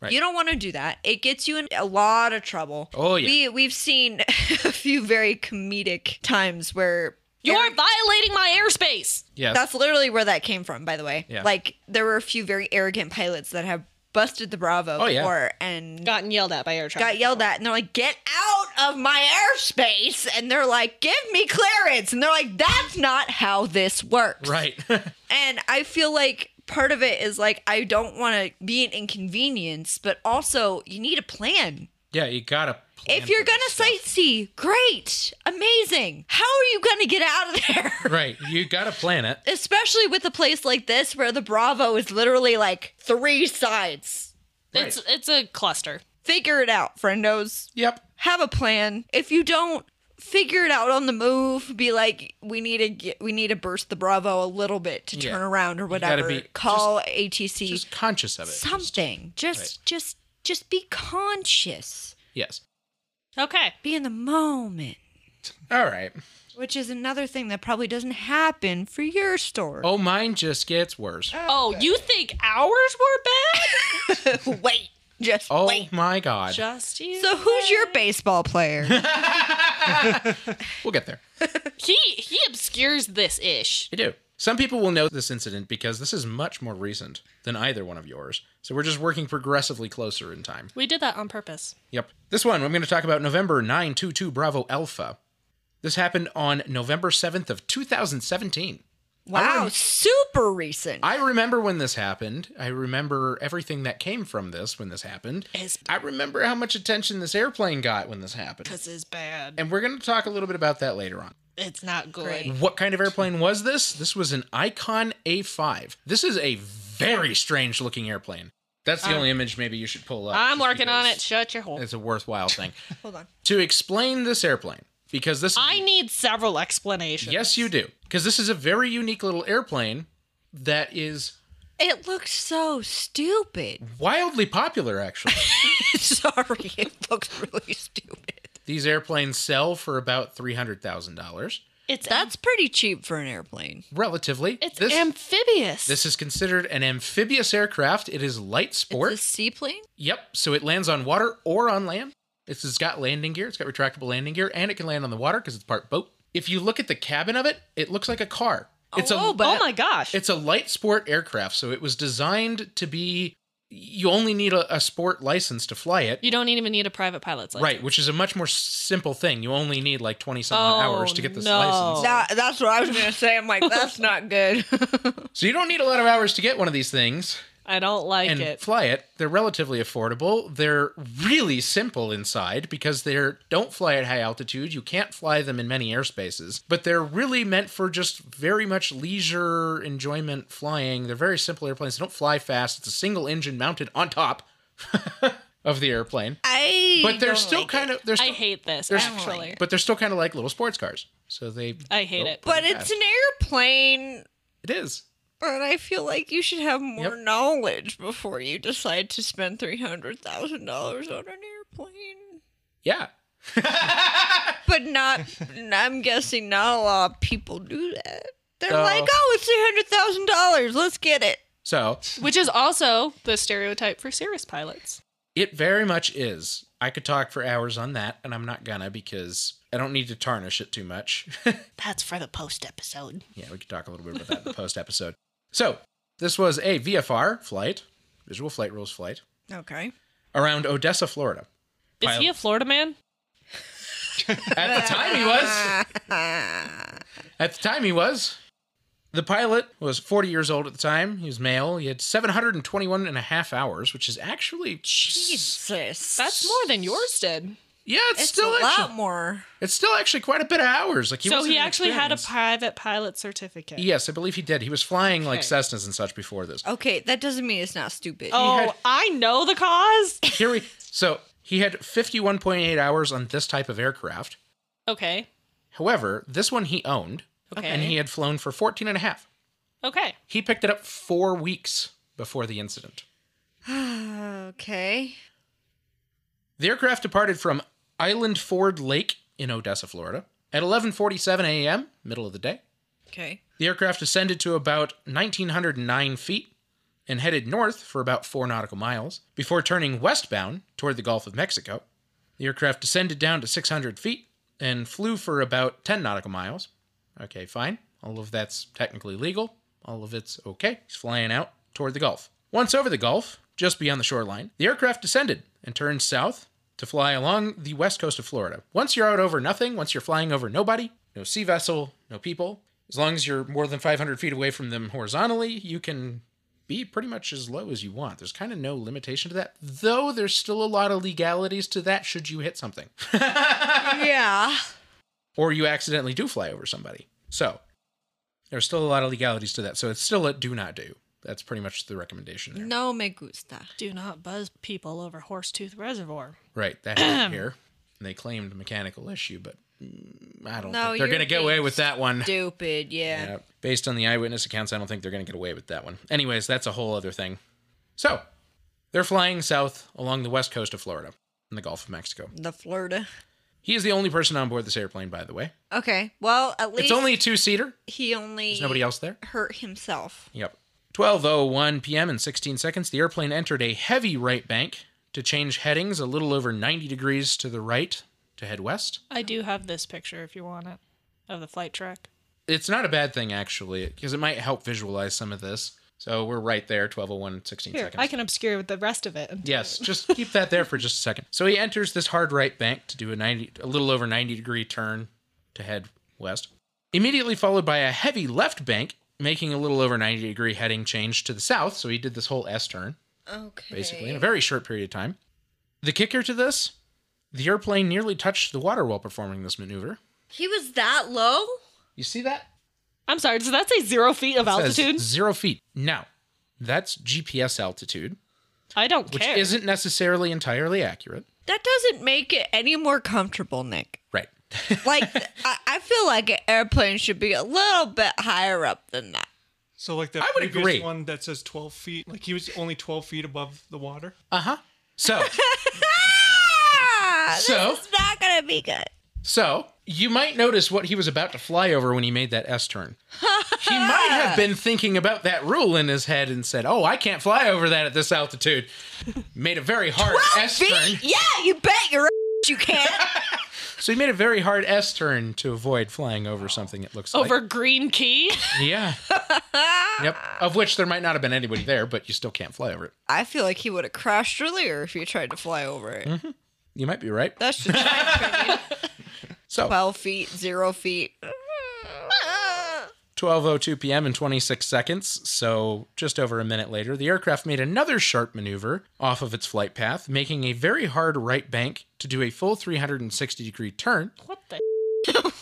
Right. You don't want to do that. It gets you in a lot of trouble. Oh, yeah. We we've seen a few very comedic times where You're air- violating my airspace. Yes. that's literally where that came from, by the way. Yeah. Like there were a few very arrogant pilots that have busted the Bravo Oh, yeah. before and Gotten yelled at by air traffic. got yelled at and they're like get out of my airspace and they're like give me clearance and they're like that's not how this works right. and i feel like part of it is like i don't want to be an inconvenience but also you need a plan yeah, you gotta. plan if you're for this gonna stuff. sightsee great amazing how are you gonna get out of there Right. You gotta plan it. especially with a place like this where the bravo is literally like three sides It's it's a cluster. figure it out friendos Yep. have a plan. If you don't figure it out on the move, be like, we need to get, we need to burst the Bravo a little bit to Yeah. turn around or gotta whatever. be- Call ATC. Just conscious of it. something. Just, Right. just, just be conscious. Yes. Okay. Be in the moment. All right. Which is another thing that probably doesn't happen for your store. Oh, mine just gets worse. Oh, you think ours were bad? wait, just Oh wait. my God. Just you. So who's your baseball player? we'll get there. he he obscures this ish. We do. Some people will know this incident because this is much more recent than either one of yours. So we're just working progressively closer in time. We did that on purpose. Yep. This one I'm going to talk about November 922 Bravo Alpha. This happened on November 7th of 2017. Wow, super recent. I remember when this happened. I remember everything that came from this when this happened. It's- I remember how much attention this airplane got when this happened. This is bad. And we're going to talk a little bit about that later on. It's not good. Great. What kind of airplane was this? This was an Icon A5. This is a very strange looking airplane. That's the only image maybe you should pull up. Uh, I'm just working on it. because Shut your hole. It's a worthwhile thing. Hold on. to explain this airplane, because this I need several explanations. Yes, you do. Because this is a very unique little airplane that is it looked so stupid. wildly popular, actually. Sorry, it looks really stupid. These airplanes sell for about $300,000, It's That's pretty cheap for an airplane. relatively. it's this, amphibious. this is considered an amphibious aircraft. It is light sport. It's a seaplane? Yep. So it lands on water or on land. It's, it's got landing gear. It's got retractable landing gear, and it can land on the water because it's part boat. If you look at the cabin of it, it looks like a car. It's Oh, a but- oh my gosh. it's a light sport aircraft, so it was designed to be. You only need a, a sport license to fly it, you don't even need a private pilot's license. right? Which is a much more simple thing. You only need like twenty some Oh, odd hours to get this no. license. That, that's what I was going to say. I'm like, that's not good. So you don't need a lot of hours to get one of these things I don't like and it. fly it. They're relatively affordable. They're really simple inside because they are don't fly at high altitude. You can't fly them in many airspaces, but they're really meant for just very much leisure enjoyment flying. They're very simple airplanes. They don't fly fast. It's a single engine mounted on top of the airplane. I But they're don't still like kind it. of they're I still, hate this there's- actually. but they're still kind of like little sports cars. So they I hate it. But it's an airplane. it is. But I feel like you should have more Yep. knowledge before you decide to spend three hundred thousand dollars on an airplane. Yeah. But not, I'm guessing not a lot of people do that. They're No. like, oh, it's three hundred thousand dollars. Let's get it. So Which is also the stereotype for Cirrus pilots. It very much is. I could talk for hours on that, and I'm not gonna because I don't need to tarnish it too much. That's for the post episode. yeah, we could talk a little bit about that in the post episode. So, this was a VFR flight, visual flight rules flight, Okay. around Odessa, Florida. Is he a Florida man? At the time, he was. At the time, he was. The pilot was 40 years old at the time. He was male. He had 721 and a half hours, which is actually. Jesus, That's more than yours did. Yeah, it's, it's still a actually, lot more. It's still actually quite a bit of hours. Like he so wasn't he actually had a experienced. private pilot certificate. Yes, I believe he did. He was flying like Okay. Cessnas and such before this. Okay, that doesn't mean it's not stupid. Oh, had- I know the cause. Here we so he had 51.8 hours on this type of aircraft. Okay. However, this one he owned Okay. and he had flown for 14 and a half. okay. He picked it up 4 weeks before the incident. okay. The aircraft departed from Island Ford Lake in Odessa, Florida at 11:47 a.m., middle of the day. Okay. The aircraft ascended to about 1,909 feet and headed north for about four nautical miles before turning westbound toward the Gulf of Mexico. The aircraft descended down to 600 feet and flew for about 10 nautical miles. Okay, fine. All of that's technically legal. All of it's okay. He's flying out toward the Gulf. Once over the Gulf, just beyond the shoreline, the aircraft descended and turned south to fly along the west coast of Florida. Once you're out over nothing, once you're flying over nobody, no sea vessel, no people, as long as you're more than 500 feet away from them horizontally, you can be pretty much as low as you want. There's kind of no limitation to that, though there's still a lot of legalities to that should you hit something Yeah. or you accidentally do fly over somebody. So there's still a lot of legalities to that. So it's still a do not do. That's pretty much the recommendation there. No me gusta. Do not buzz people over Horsetooth Reservoir. Right. That happened here. And they claimed mechanical issue, but mm, I don't No, think they're you're going to get away being with that one. Stupid. Yeah. Yeah. Based on the eyewitness accounts, I don't think they're going to get away with that one. Anyways, that's a whole other thing. So, they're flying south along the west coast of Florida in the Gulf of Mexico. The Florida. He is the only person on board this airplane, by the way. Okay. Well, at least It's only a two seater. he only There's nobody else there. hurt himself. Yep. 12:01 p.m. in 16 seconds, the airplane entered a heavy right bank to change headings a little over 90 degrees to the right to head west. I do have this picture if you want it of the flight track. It's not a bad thing actually, because it might help visualize some of this. So we're right there, 12:01 16 Here, seconds. I can obscure with the rest of it. Yes, just keep that there for just a second. So he enters this hard right bank to do a 90 a little over 90 degree turn to head west. Immediately followed by a heavy left bank making a little over 90 degree heading change to the south. So he did this whole S turn, Okay. basically, in a very short period of time. The kicker to this the airplane nearly touched the water while performing this maneuver. He was that low? You see that? I'm sorry, does that say zero feet of Says altitude? Zero feet. Now, that's GPS altitude, I don't which care. isn't necessarily entirely accurate. That doesn't make it any more comfortable, Nick. Right. Like, I, I feel like an airplane should be a little bit higher up than that. So like the I would previous agree. one that says 12 feet, like he was only 12 feet above the water. Uh huh. So, Ah, So? this is not gonna be good. so you might notice what he was about to fly over when he made that S turn. he might have been thinking about that rule in his head and said, "Oh, I can't fly over that at this altitude." Made a very hard S turn. Yeah, you bet your ass you can. So he made a very hard S turn to avoid flying over something. It looks Over like. Green Key? Yeah. yep. Of which there might not have been anybody there, but you still can't fly over it. I feel like he would have crashed earlier if he tried to fly over it. You might be right. That's just my opinion. So. Twelve feet, zero feet. 12:02 p.m. in 26 seconds, so just over a minute later, the aircraft made another sharp maneuver off of its flight path, making a very hard right bank to do a full 360 degree turn What the?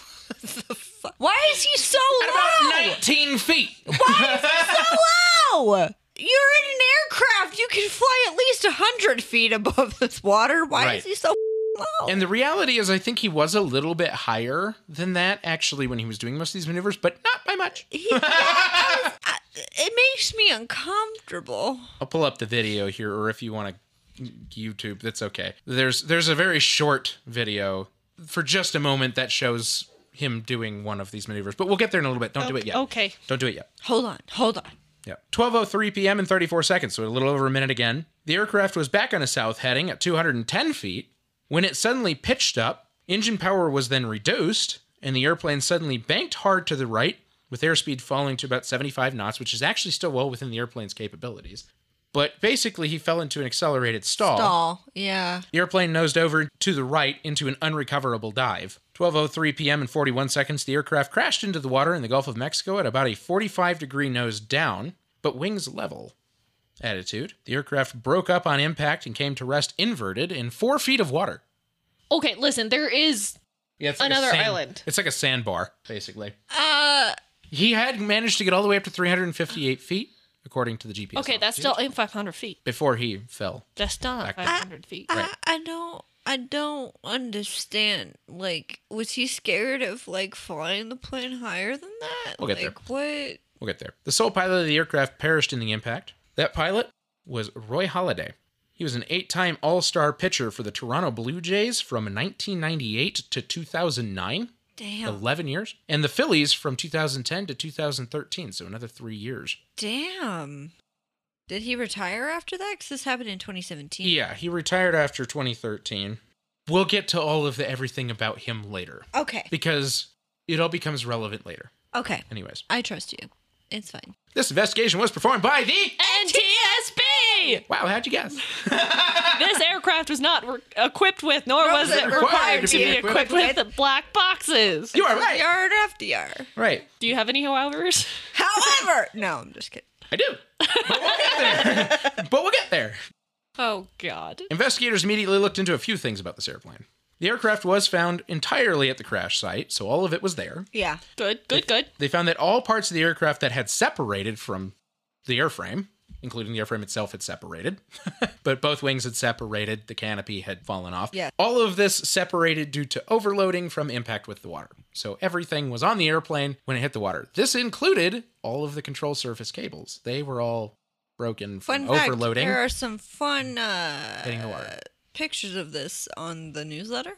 Why is he so at low? about 19 feet. Low. You're in an aircraft. You can fly at least hundred feet above this water. Why Right. is he so low? And the reality is I think he was a little bit higher than that actually when he was doing most of these maneuvers, but not by much. He- yeah, I was- I- it makes me uncomfortable. I'll pull up the video here or if you want to YouTube, that's okay. There's there's a very short video for just a moment that shows him doing one of these maneuvers, but we'll get there in a little bit. Don't do it yet. Okay. Don't do it yet. Hold on, hold on. Yeah. 12:03 p.m. in 34 seconds, so a little over a minute again. The aircraft was back on a south heading at 210 feet when it suddenly pitched up. Engine power was then reduced, and the airplane suddenly banked hard to the right, with airspeed falling to about 75 knots, which is actually still well within the airplane's capabilities. But basically, he fell into an accelerated stall. Stall. Yeah. The airplane nosed over to the right into an unrecoverable dive. 12:03 p.m. and 41 seconds, the aircraft crashed into the water in the Gulf of Mexico at about a 45 degree nose down, but wings level attitude. The aircraft broke up on impact and came to rest inverted in four feet of water. Okay, listen, there is. Yeah, it's Another a sand- island. It's like a sandbar, basically. Uh, he had managed to get all the way up to 358 feet, according to the GPS. Okay, that's still in 500 feet. before he fell. That's still not Back- 500 feet. Right. I, I don't I don't understand. Like, was he scared of like flying the plane higher than that? We'll get like what We'll get there. The sole pilot of the aircraft perished in the impact. That pilot was Roy Halladay. He was an eight time All Star pitcher for the Toronto Blue Jays from 1998 to 2009, damn 11 years, and the Phillies from 2010 to 2013, so another three years. damn. Did he retire after that? Because this happened in 2017. Yeah, he retired after 2013. We'll get to all of the everything about him later Okay. because it all becomes relevant later. Okay. Anyways, I trust you. It's fine. this investigation was performed by the. NTSB! Wow, how'd you guess? this aircraft was not re- equipped with, nor was it required required to to be be equipped with the black boxes. You are right. Yard FDR. Right. Do you have any howevers? However, no, I'm just kidding. I do. But we'll get there. but we'll get there. Oh, God. Investigators immediately looked into a few things about this airplane. The aircraft was found entirely at the crash site, so all of it was there. Yeah. Good, good, good. They found that all parts of the aircraft that had separated from the airframe, including the airframe itself, had separated. but both wings had separated, the canopy had fallen off. Yeah. All of this separated due to overloading from impact with the water. So everything was on the airplane when it hit the water. This included all of the control surface cables. They were all broken from Fun fact: overloading. There are some fun uh, hitting the water. pictures of this on the newsletter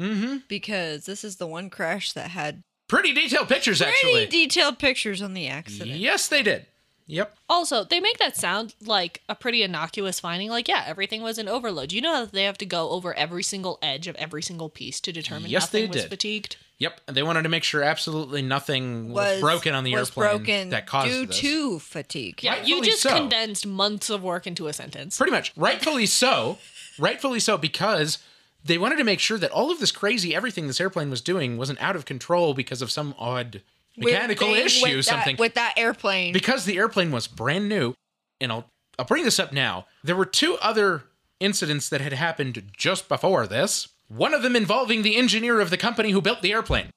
Mm-hmm. because this is the one crash that had Pretty detailed pictures, pretty actually. detailed pictures on the accident. yes, they did. Yep. Also, they make that sound like a pretty innocuous finding. Like, yeah, everything was an overload. You know that they have to go over every single edge of every single piece to determine Yes, they nothing was did. fatigued. Yep. They wanted to make sure absolutely nothing was, broken on the was airplane broken that caused due this. to fatigue. Yeah, you Rightfully just so. condensed months of work into a sentence. Pretty much. Rightfully so. Rightfully so, because they wanted to make sure that all of this crazy everything this airplane was doing wasn't out of control because of some odd mechanical being- issue, with that- something. with that airplane. because the airplane was brand new, and I'll I'll bring this up now. There were two other incidents that had happened just before this. One of them involving the engineer of the company who built the airplane.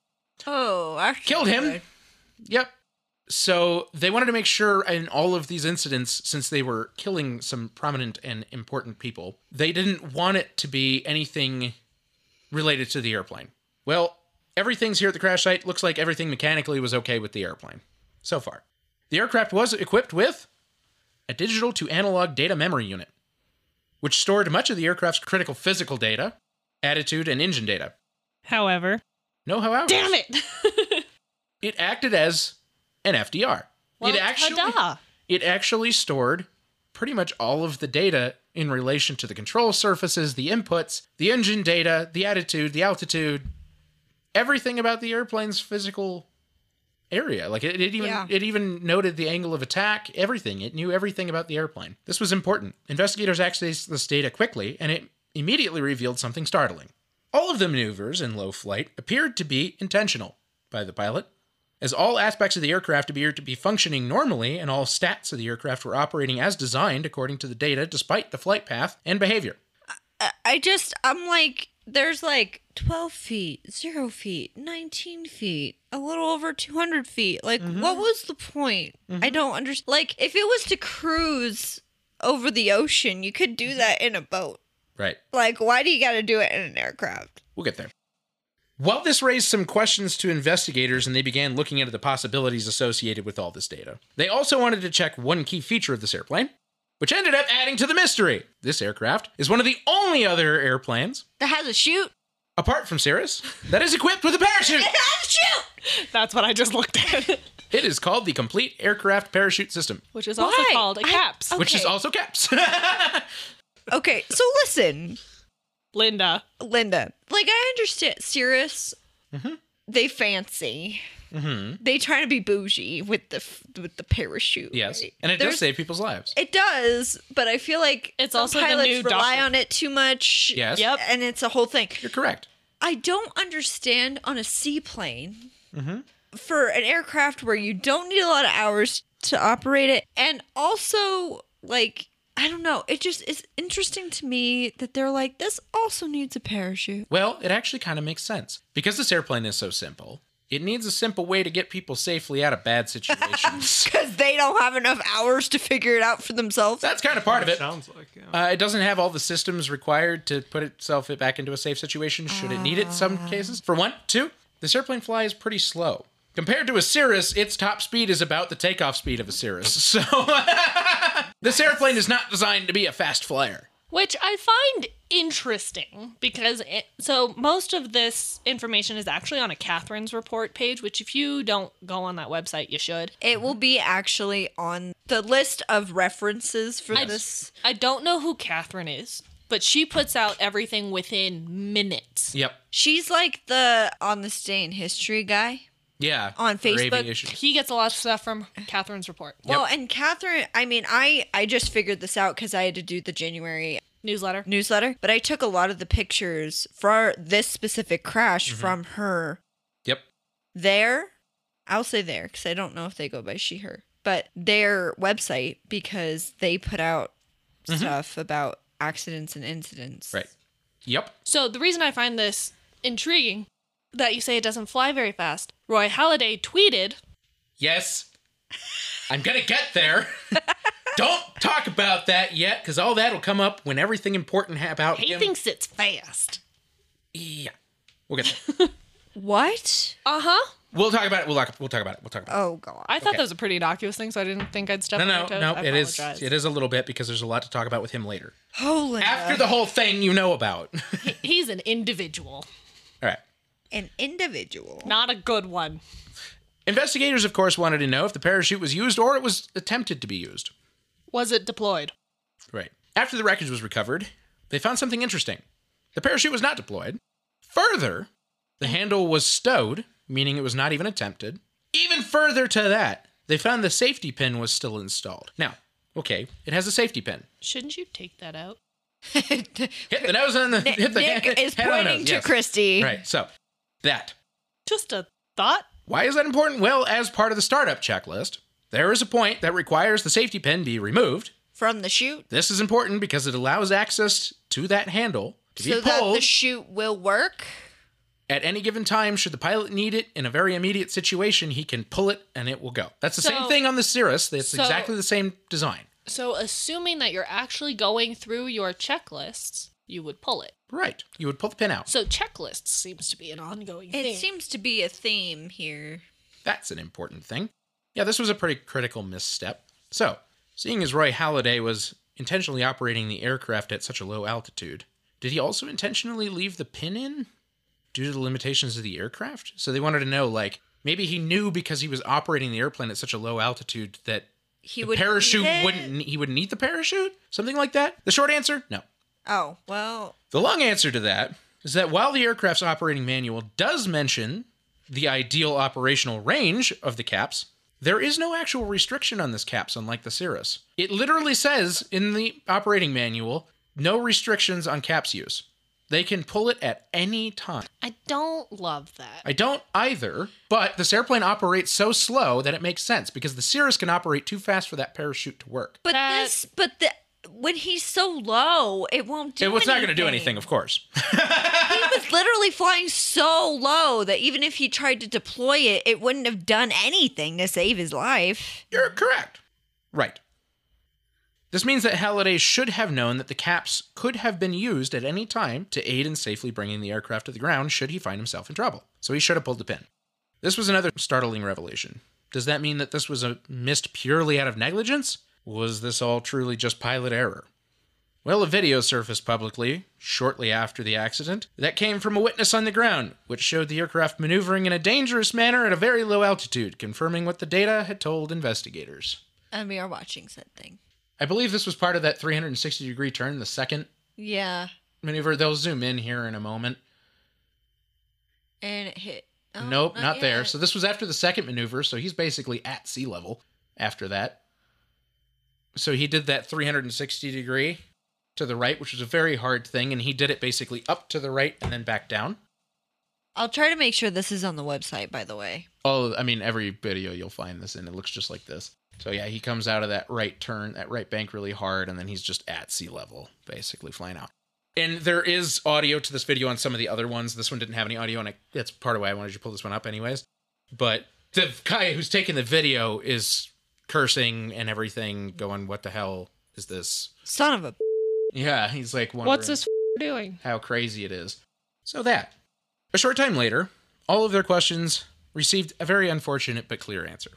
oh, actually, Killed him. Yep. So they wanted to make sure in all of these incidents, since they were killing some prominent and important people, they didn't want it to be anything related to the airplane. Well, everything's here at the crash site. Looks like everything mechanically was okay with the airplane so far. The aircraft was equipped with a digital to analog data memory unit, which stored much of the aircraft's critical physical data, attitude, and engine data. However, No, however, damn it. it acted as an FDR. Well, it actually ta-da. it actually stored pretty much all of the data in relation to the control surfaces, the inputs, the engine data, the attitude, the altitude, everything about the airplane's physical area. Like it, it even Yeah. it even noted the angle of attack, everything. It knew everything about the airplane. This was important. Investigators accessed this data quickly, and it immediately revealed something startling. All of the maneuvers in low flight appeared to be intentional by the pilot, as all aspects of the aircraft appeared to be functioning normally and all stats of the aircraft were operating as designed according to the data despite the flight path and behavior. I- I just, I'm like, there's like 12 feet, zero feet, 19 feet, a little over 200 feet. Like, Mm-hmm. what was the point? I don't understand. Like, if it was to cruise over the ocean, you could do that in a boat. Right. Like, why do you got to do it in an aircraft? We'll get there. While this raised some questions to investigators and they began looking into the possibilities associated with all this data, they also wanted to check one key feature of this airplane, which ended up adding to the mystery. This aircraft is one of the only other airplanes, That has a chute? apart from Cirrus, that is equipped with a parachute. It has a chute! That's what I just looked at. It is called the Complete Aircraft Parachute System, Which is also Why? called a I- CAPS. which is Okay. also CAPS. Okay, so listen, Linda. Linda. Like, I understand Cirrus, Mm-hmm. they fancy. They try to be bougie with the f- with the parachute. Yes, right? and it There's- does save people's lives. It does, but I feel like It's some also the pilots new rely doctor- on it too much. Yes, Yep. and it's a whole thing. you're correct. I don't understand on a seaplane for an aircraft where you don't need a lot of hours to operate it, and also like I don't know, it just is interesting to me that they're like this also needs a parachute. Well, it actually kind of makes sense because this airplane is so simple. It needs a simple way to get people safely out of bad situations. Because they don't have enough hours to figure it out for themselves. That's kind of part of it. Sounds like yeah. Uh, it doesn't have all the systems required to put itself back into a safe situation should it need it. in Ah. Some cases. For one, two, this airplane flies pretty slow compared to a Cirrus. Its top speed is about the takeoff speed of a Cirrus. So this airplane is not designed to be a fast flyer. Which I find interesting because it, so most of this information is actually on a Catherine's report page, which if you don't go on that website, you should. It will be actually on the list of references for this I don't know who Catherine is, but she puts out everything within minutes. Yep. She's like the on this day in history guy. Yeah. On for Facebook. aviation. He gets a lot of stuff from Catherine's report Well, and Catherine, I mean, I I just figured this out because I had to do the January newsletter. newsletter, but I took a lot of the pictures for this specific crash Mm-hmm. from her Yep. there. I'll say there because I don't know if they go by she her, but their website because they put out stuff about accidents and incidents. Mm-hmm. Right. Yep. So the reason I find this intriguing that you say it doesn't fly very fast, Roy Halladay tweeted Yes. I'm going to get there. Don't talk about that yet, because all that'll come up when everything important ha- about He him. thinks it's fast. yeah. We'll get there. What? Uh huh. We'll talk about it. We'll talk, we'll talk about it. We'll talk about it. Oh God. I thought Okay. that was a pretty innocuous thing, so I didn't think I'd step No, on no, your toes. no. I It is. apologize. It is a little bit because there's a lot to talk about with him later. Holy. After the whole thing you know about. He's an individual, all right. an individual. not a good one. Investigators, of course, wanted to know if the parachute was used or it was attempted to be used. Was it deployed? Right. After the wreckage was recovered, they found something interesting. The parachute was not deployed. Further, the handle was stowed, meaning it was not even attempted. Even further to that, they found the safety pin was still installed. Now, okay, it has a safety pin. Shouldn't you take that out? Hit the nose on the hit the Nick head- is head on the pointing nose, to yes. Christy. Right. So, that Just a thought. Why is that important? Well, as part of the startup checklist, there is a point that requires the safety pin be removed. From the chute. This is important because it allows access to that handle to be So that pulled the chute will work. at any given time. Should the pilot need it in a very immediate situation, he can pull it and it will go. That's the same So- thing on the Cirrus. It's so- exactly the same design. So, assuming that you're actually going through your checklists, you would pull it. Right. You would pull the pin out. So, checklists seems to be an ongoing It thing. seems to be a theme here. That's an important thing. Yeah, this was a pretty critical misstep. So, seeing as Roy Halladay was intentionally operating the aircraft at such a low altitude, did he also intentionally leave the pin in due to the limitations of the aircraft? So they wanted to know, like, maybe he knew because he was operating the airplane at such a low altitude that He the would parachute need it? wouldn't he wouldn't need the parachute? Something like that? The short answer? No. Oh well. The long answer to that is that while the aircraft's operating manual does mention the ideal operational range of the caps, there is no actual restriction on this caps, unlike the Cirrus. It literally says in the operating manual no restrictions on caps use. They can pull it at any time. I don't love that. I don't either, but this airplane operates so slow that it makes sense because the Cirrus can operate too fast for that parachute to work. But That- this but the when he's so low, it won't do It was anything. not going to do anything, of course. He was literally flying so low that even if he tried to deploy it, it wouldn't have done anything to save his life. You're correct. Right. This means that Halliday should have known that the caps could have been used at any time to aid in safely bringing the aircraft to the ground should he find himself in trouble. So he should have pulled the pin. This was another startling revelation. Does that mean that this was a missed purely out of negligence? Was this all truly just pilot error? Well, a video surfaced publicly shortly after the accident that came from a witness on the ground, which showed the aircraft maneuvering in a dangerous manner at a very low altitude, confirming what the data had told investigators. And we are watching said thing. I believe this was part of that 360 degree turn, the second Yeah. maneuver. They'll zoom in here in a moment. And it hit oh, nope, not, there. yet. So this was after the second maneuver, so he's basically at sea level after that. So he did that 360 degree to the right, which was a very hard thing, and he did it basically up to the right and then back down. I'll try to make sure this is on the website, by the way. Oh, I mean, every video you'll find this in, it looks just like this. So yeah, he comes out of that right turn, that right bank really hard, and then he's just at sea level, basically flying out. And there is audio to this video on some of the other ones. This one didn't have any audio, and I, that's part of why I wanted you to pull this one up, anyways. But the guy who's taking the video is cursing and everything, going, "What the hell is this?" Son of a Yeah, he's like, wondering What's this f- doing? how crazy it is. So that. A short time later, all of their questions received a very unfortunate but clear answer.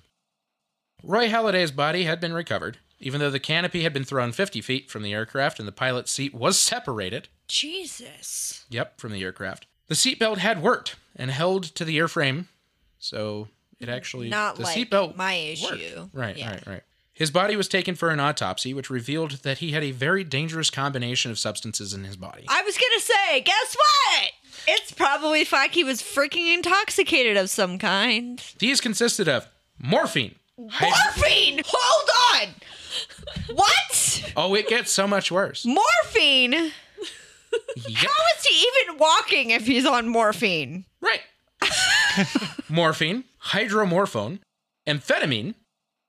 Roy Halliday's body had been recovered, even though the canopy had been thrown 50 feet from the aircraft and the pilot's seat was separated. Jesus. Yep, from the aircraft. The seatbelt had worked and held to the airframe, so it actually Not the like seatbelt my worked. issue. Right, Yeah. right, right. His body was taken for an autopsy, which revealed that he had a very dangerous combination of substances in his body. I was gonna say, guess what? It's probably the fact he was freaking intoxicated of some kind. These consisted of morphine. hyd- Morphine! Hold on! What? oh, it gets so much worse. Morphine? How Yep. is he even walking if he's on morphine? Right. Morphine, hydromorphone, amphetamine,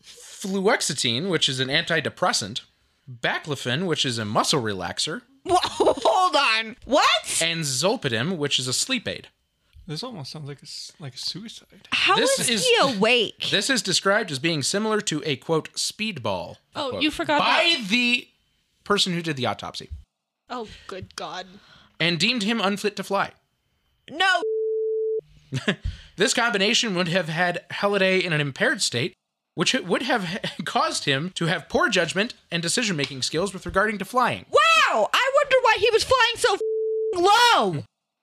fluoxetine, which is an antidepressant, baclofen, which is a muscle relaxer, Whoa, hold on. What? and zolpidem, which is a sleep aid. This almost sounds like a, s- like a suicide. How is This is- he awake? This is described as being similar to a quote speedball. Oh, unquote, you forgot by the person who did the autopsy Oh, good God. and deemed him unfit to fly. No. This combination would have had Halliday in an impaired state, which it would have caused him to have poor judgment and decision making skills with regarding to flying. Wow! I wonder why he was flying so f***ing low.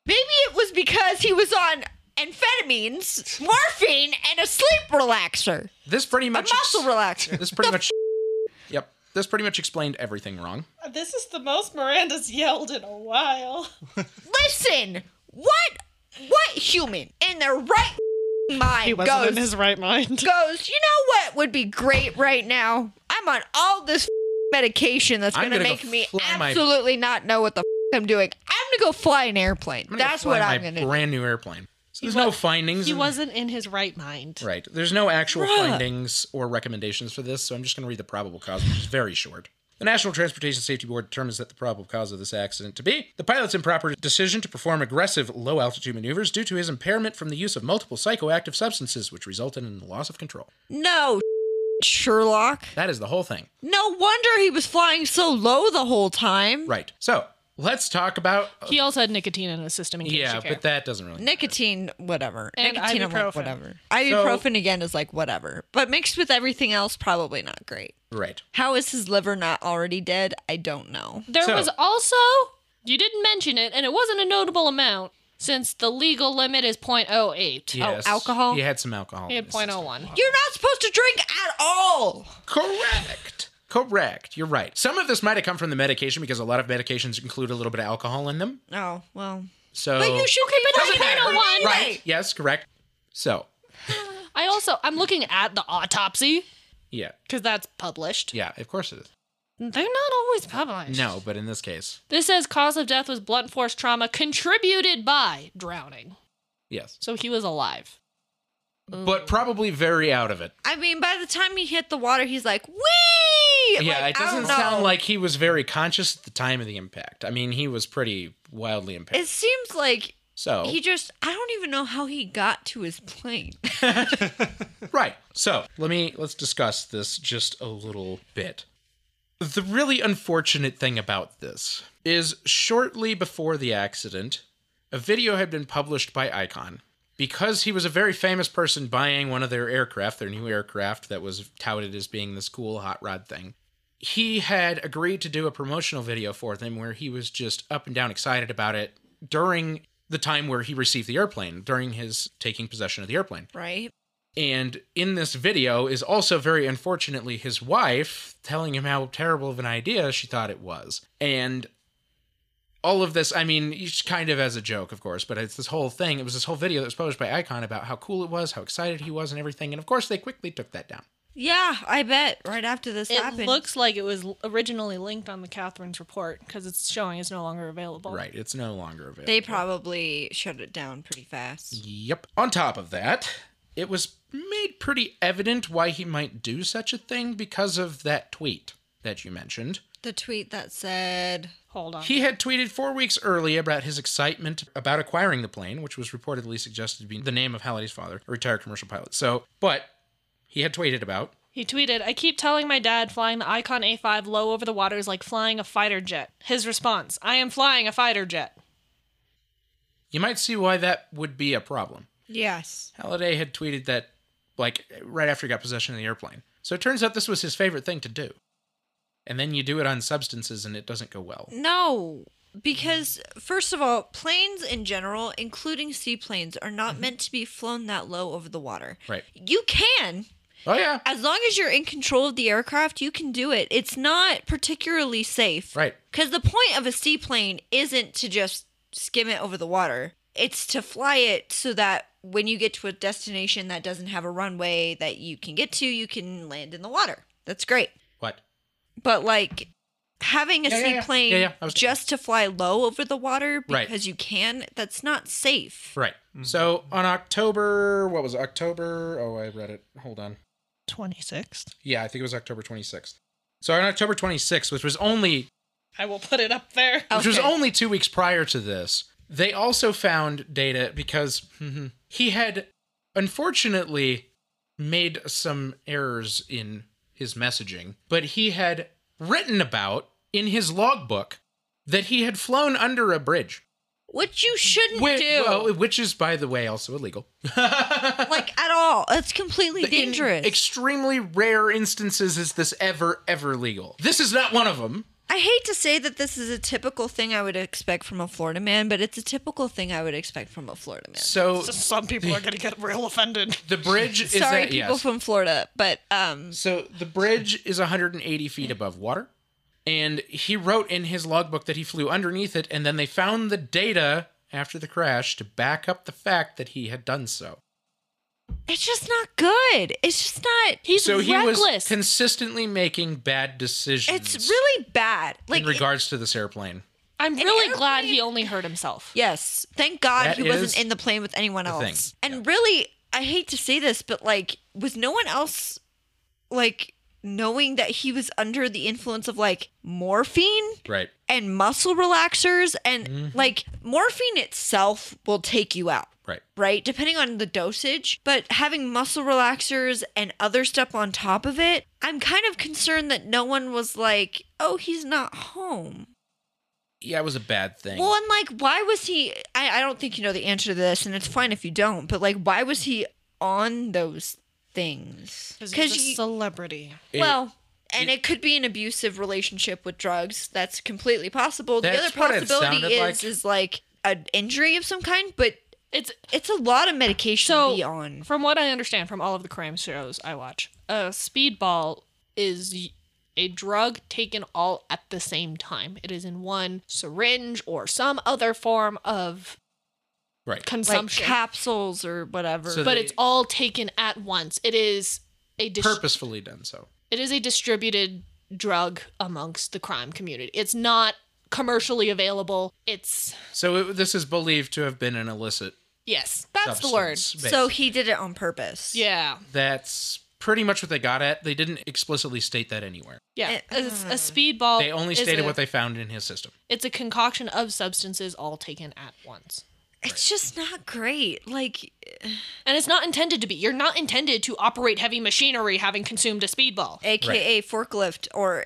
Maybe it was because he was on amphetamines, morphine, and a sleep relaxer, This pretty a much muscle relaxer. This pretty much Yep. This pretty much explained everything wrong. This is the most Miranda's yelled in a while. Listen, what what human in their right f***ing mind goes right mind. goes? You know what would be great right now? I'm on all this f***ing medication that's I'm gonna, gonna make go me fly my- absolutely not know what the f- I'm doing. I'm gonna go fly an airplane. I'm gonna go That's fly what I'm my gonna. do. brand new airplane. So there's no findings. He and- wasn't in his right mind. Right. There's no actual findings or recommendations for this, so I'm just going to read the probable cause, which is very short. The National Transportation Safety Board determines that the probable cause of this accident to be the pilot's improper decision to perform aggressive low altitude maneuvers due to his impairment from the use of multiple psychoactive substances, which resulted in the loss of control. No, Sherlock. That is the whole thing. No wonder he was flying so low the whole time. Right. So let's talk about. oh, He also had nicotine in his system in case yeah, you care. but that doesn't really. Nicotine, whatever. And Nicotine, I'm ibuprofen. like, whatever. Ibuprofen again is like whatever, but mixed with everything else, probably not great. Right. How is his liver not already dead? I don't know. There So- was also, you didn't mention it, and it wasn't a notable amount since the legal limit is 0.08. Yes. alcohol? He had some alcohol. He in had his system. 0.01. You're not supposed to drink at all. Correct. Correct. You're right. Some of this might have come from the medication because a lot of medications include a little bit of alcohol in them. Oh well. So But you should be Doesn't blaming it oh matter. on one. Right. Yes, correct. So, I also, I'm looking at the autopsy yeah. because that's published. Yeah, of course it is. They're not always published. No, but in this case, This says cause of death was blunt force trauma contributed by drowning. yes. So he was alive. But probably very out of it. I mean, by the time he hit the water, he's like, "Wee!" Yeah, Like, it I don't doesn't know. sound like he was very conscious at the time of the impact. I mean, he was pretty wildly impaired. It seems like so, he just—I don't even know how he got to his plane. right. So, let me let's discuss this just a little bit. The really unfortunate thing about this is shortly before the accident, a video had been published by Icon. Because he was a very famous person buying one of their aircraft, their new aircraft that was touted as being this cool hot rod thing, he had agreed to do a promotional video for them where he was just up and down excited about it during the time where he received the airplane, during his taking possession of the airplane. Right. And in this video is also very unfortunately his wife telling him how terrible of an idea she thought it was. And all of this, I mean, each kind of as a joke, of course, but it's this whole thing. It was this whole video that was published by Icon about how cool it was, how excited he was, and everything. And of course, they quickly took that down. Yeah, I bet. Right after this It happened, looks like it was originally linked on the Catherine's report because it's showing it's no longer available. Right. It's no longer available. they probably shut it down pretty fast. Yep. On top of that, it was made pretty evident why he might do such a thing because of that tweet that you mentioned. The tweet that said, Hold on. He had tweeted four weeks earlier about his excitement about acquiring the plane, which was reportedly suggested to be the name of Halliday's father, a retired commercial pilot. So, but he had tweeted about He tweeted, I keep telling my dad flying the Icon A5 low over the water is like flying a fighter jet. His response, I am flying a fighter jet. you might see why that would be a problem. "Yes, Halliday had tweeted that, like, right after he got possession of the airplane. So it turns out this was his favorite thing to do. And then you do it on substances and it doesn't go well. no." Because first of all, planes in general, including seaplanes, are not meant to be flown that low over the water. Mm-hmm. Right. You can, Oh, yeah. as long as you're in control of the aircraft, you can do it. It's not particularly safe. Right. Because the point of a seaplane isn't to just skim it over the water, it's to fly it so that when you get to a destination that doesn't have a runway that you can get to, you can land in the water. That's great. What? But like having a Yeah, yeah, yeah. seaplane Yeah, yeah. I was- just to fly low over the water Right. because you can, that's not safe. Right. So on October, what was it? October? Oh, I read it. Hold on. 26th. Yeah, I think it was October 26th. So on October 26th, which was only I will put it up there. which was Okay. only 2 weeks prior to this, they also found data because he had unfortunately made some errors in his messaging, but he had written about in his logbook that he had flown under a bridge, Which you shouldn't which, do. well, which is by the way also illegal. like at all. It's completely In dangerous. extremely rare instances is this ever ever legal. This is not one of them. I hate to say that this is a typical thing I would expect from a Florida man, but it's a typical thing I would expect from a Florida man. So Some people are going to get real offended. the bridge is Sorry, that, people yes. from Florida, but um, so the bridge is 180 feet above water, and he wrote in his logbook that he flew underneath it, and then they found the data after the crash to back up the fact that he had done so. it's just not good. It's just not. He's so he was reckless. consistently making bad decisions. It's really bad. Like in regards to this airplane. I'm An really glad airplane- he only hurt himself. Yes. Thank God That he is wasn't in the plane with anyone the thing. else. And really, I hate to say this, but like, was no one else like knowing that he was under the influence of like morphine Right. and muscle relaxers and like morphine itself will take you out. Right. Right, depending on the dosage, but having muscle relaxers and other stuff on top of it, I'm kind of concerned that no one was like, oh, he's not home. Yeah, it was a bad thing. Well, and like, why was he? I, I don't think you know the answer to this, and it's fine if you don't. But like, why was he on those things? Because he's a celebrity. It- well, and it, could be an abusive relationship with drugs. That's completely possible. The That's other what it possibility sounded is like. is like an injury of some kind, but It's it's a lot of medication so to be on. from what I understand from all of the crime shows I watch, uh, speedball is y- a drug taken all at the same time. It is in one syringe or some other form of right. Like consumption, capsules or whatever. So but they- it's all taken at once. It is a dis- Purposefully done so. it is a distributed drug amongst the crime community. It's not commercially available. It's So it, this is believed to have been an illicit. yes, that's the word. substance, so basically. he did it on purpose. Yeah. that's pretty much what they got at. They didn't explicitly state that anywhere. Yeah, It- it's a Oh, speedball. They only is stated a- what they found in his system. It's a concoction of substances all taken at once. It's just not great. Like, And it's not intended to be. You're not intended to operate heavy machinery having consumed a Eh, speedball. AKA forklift or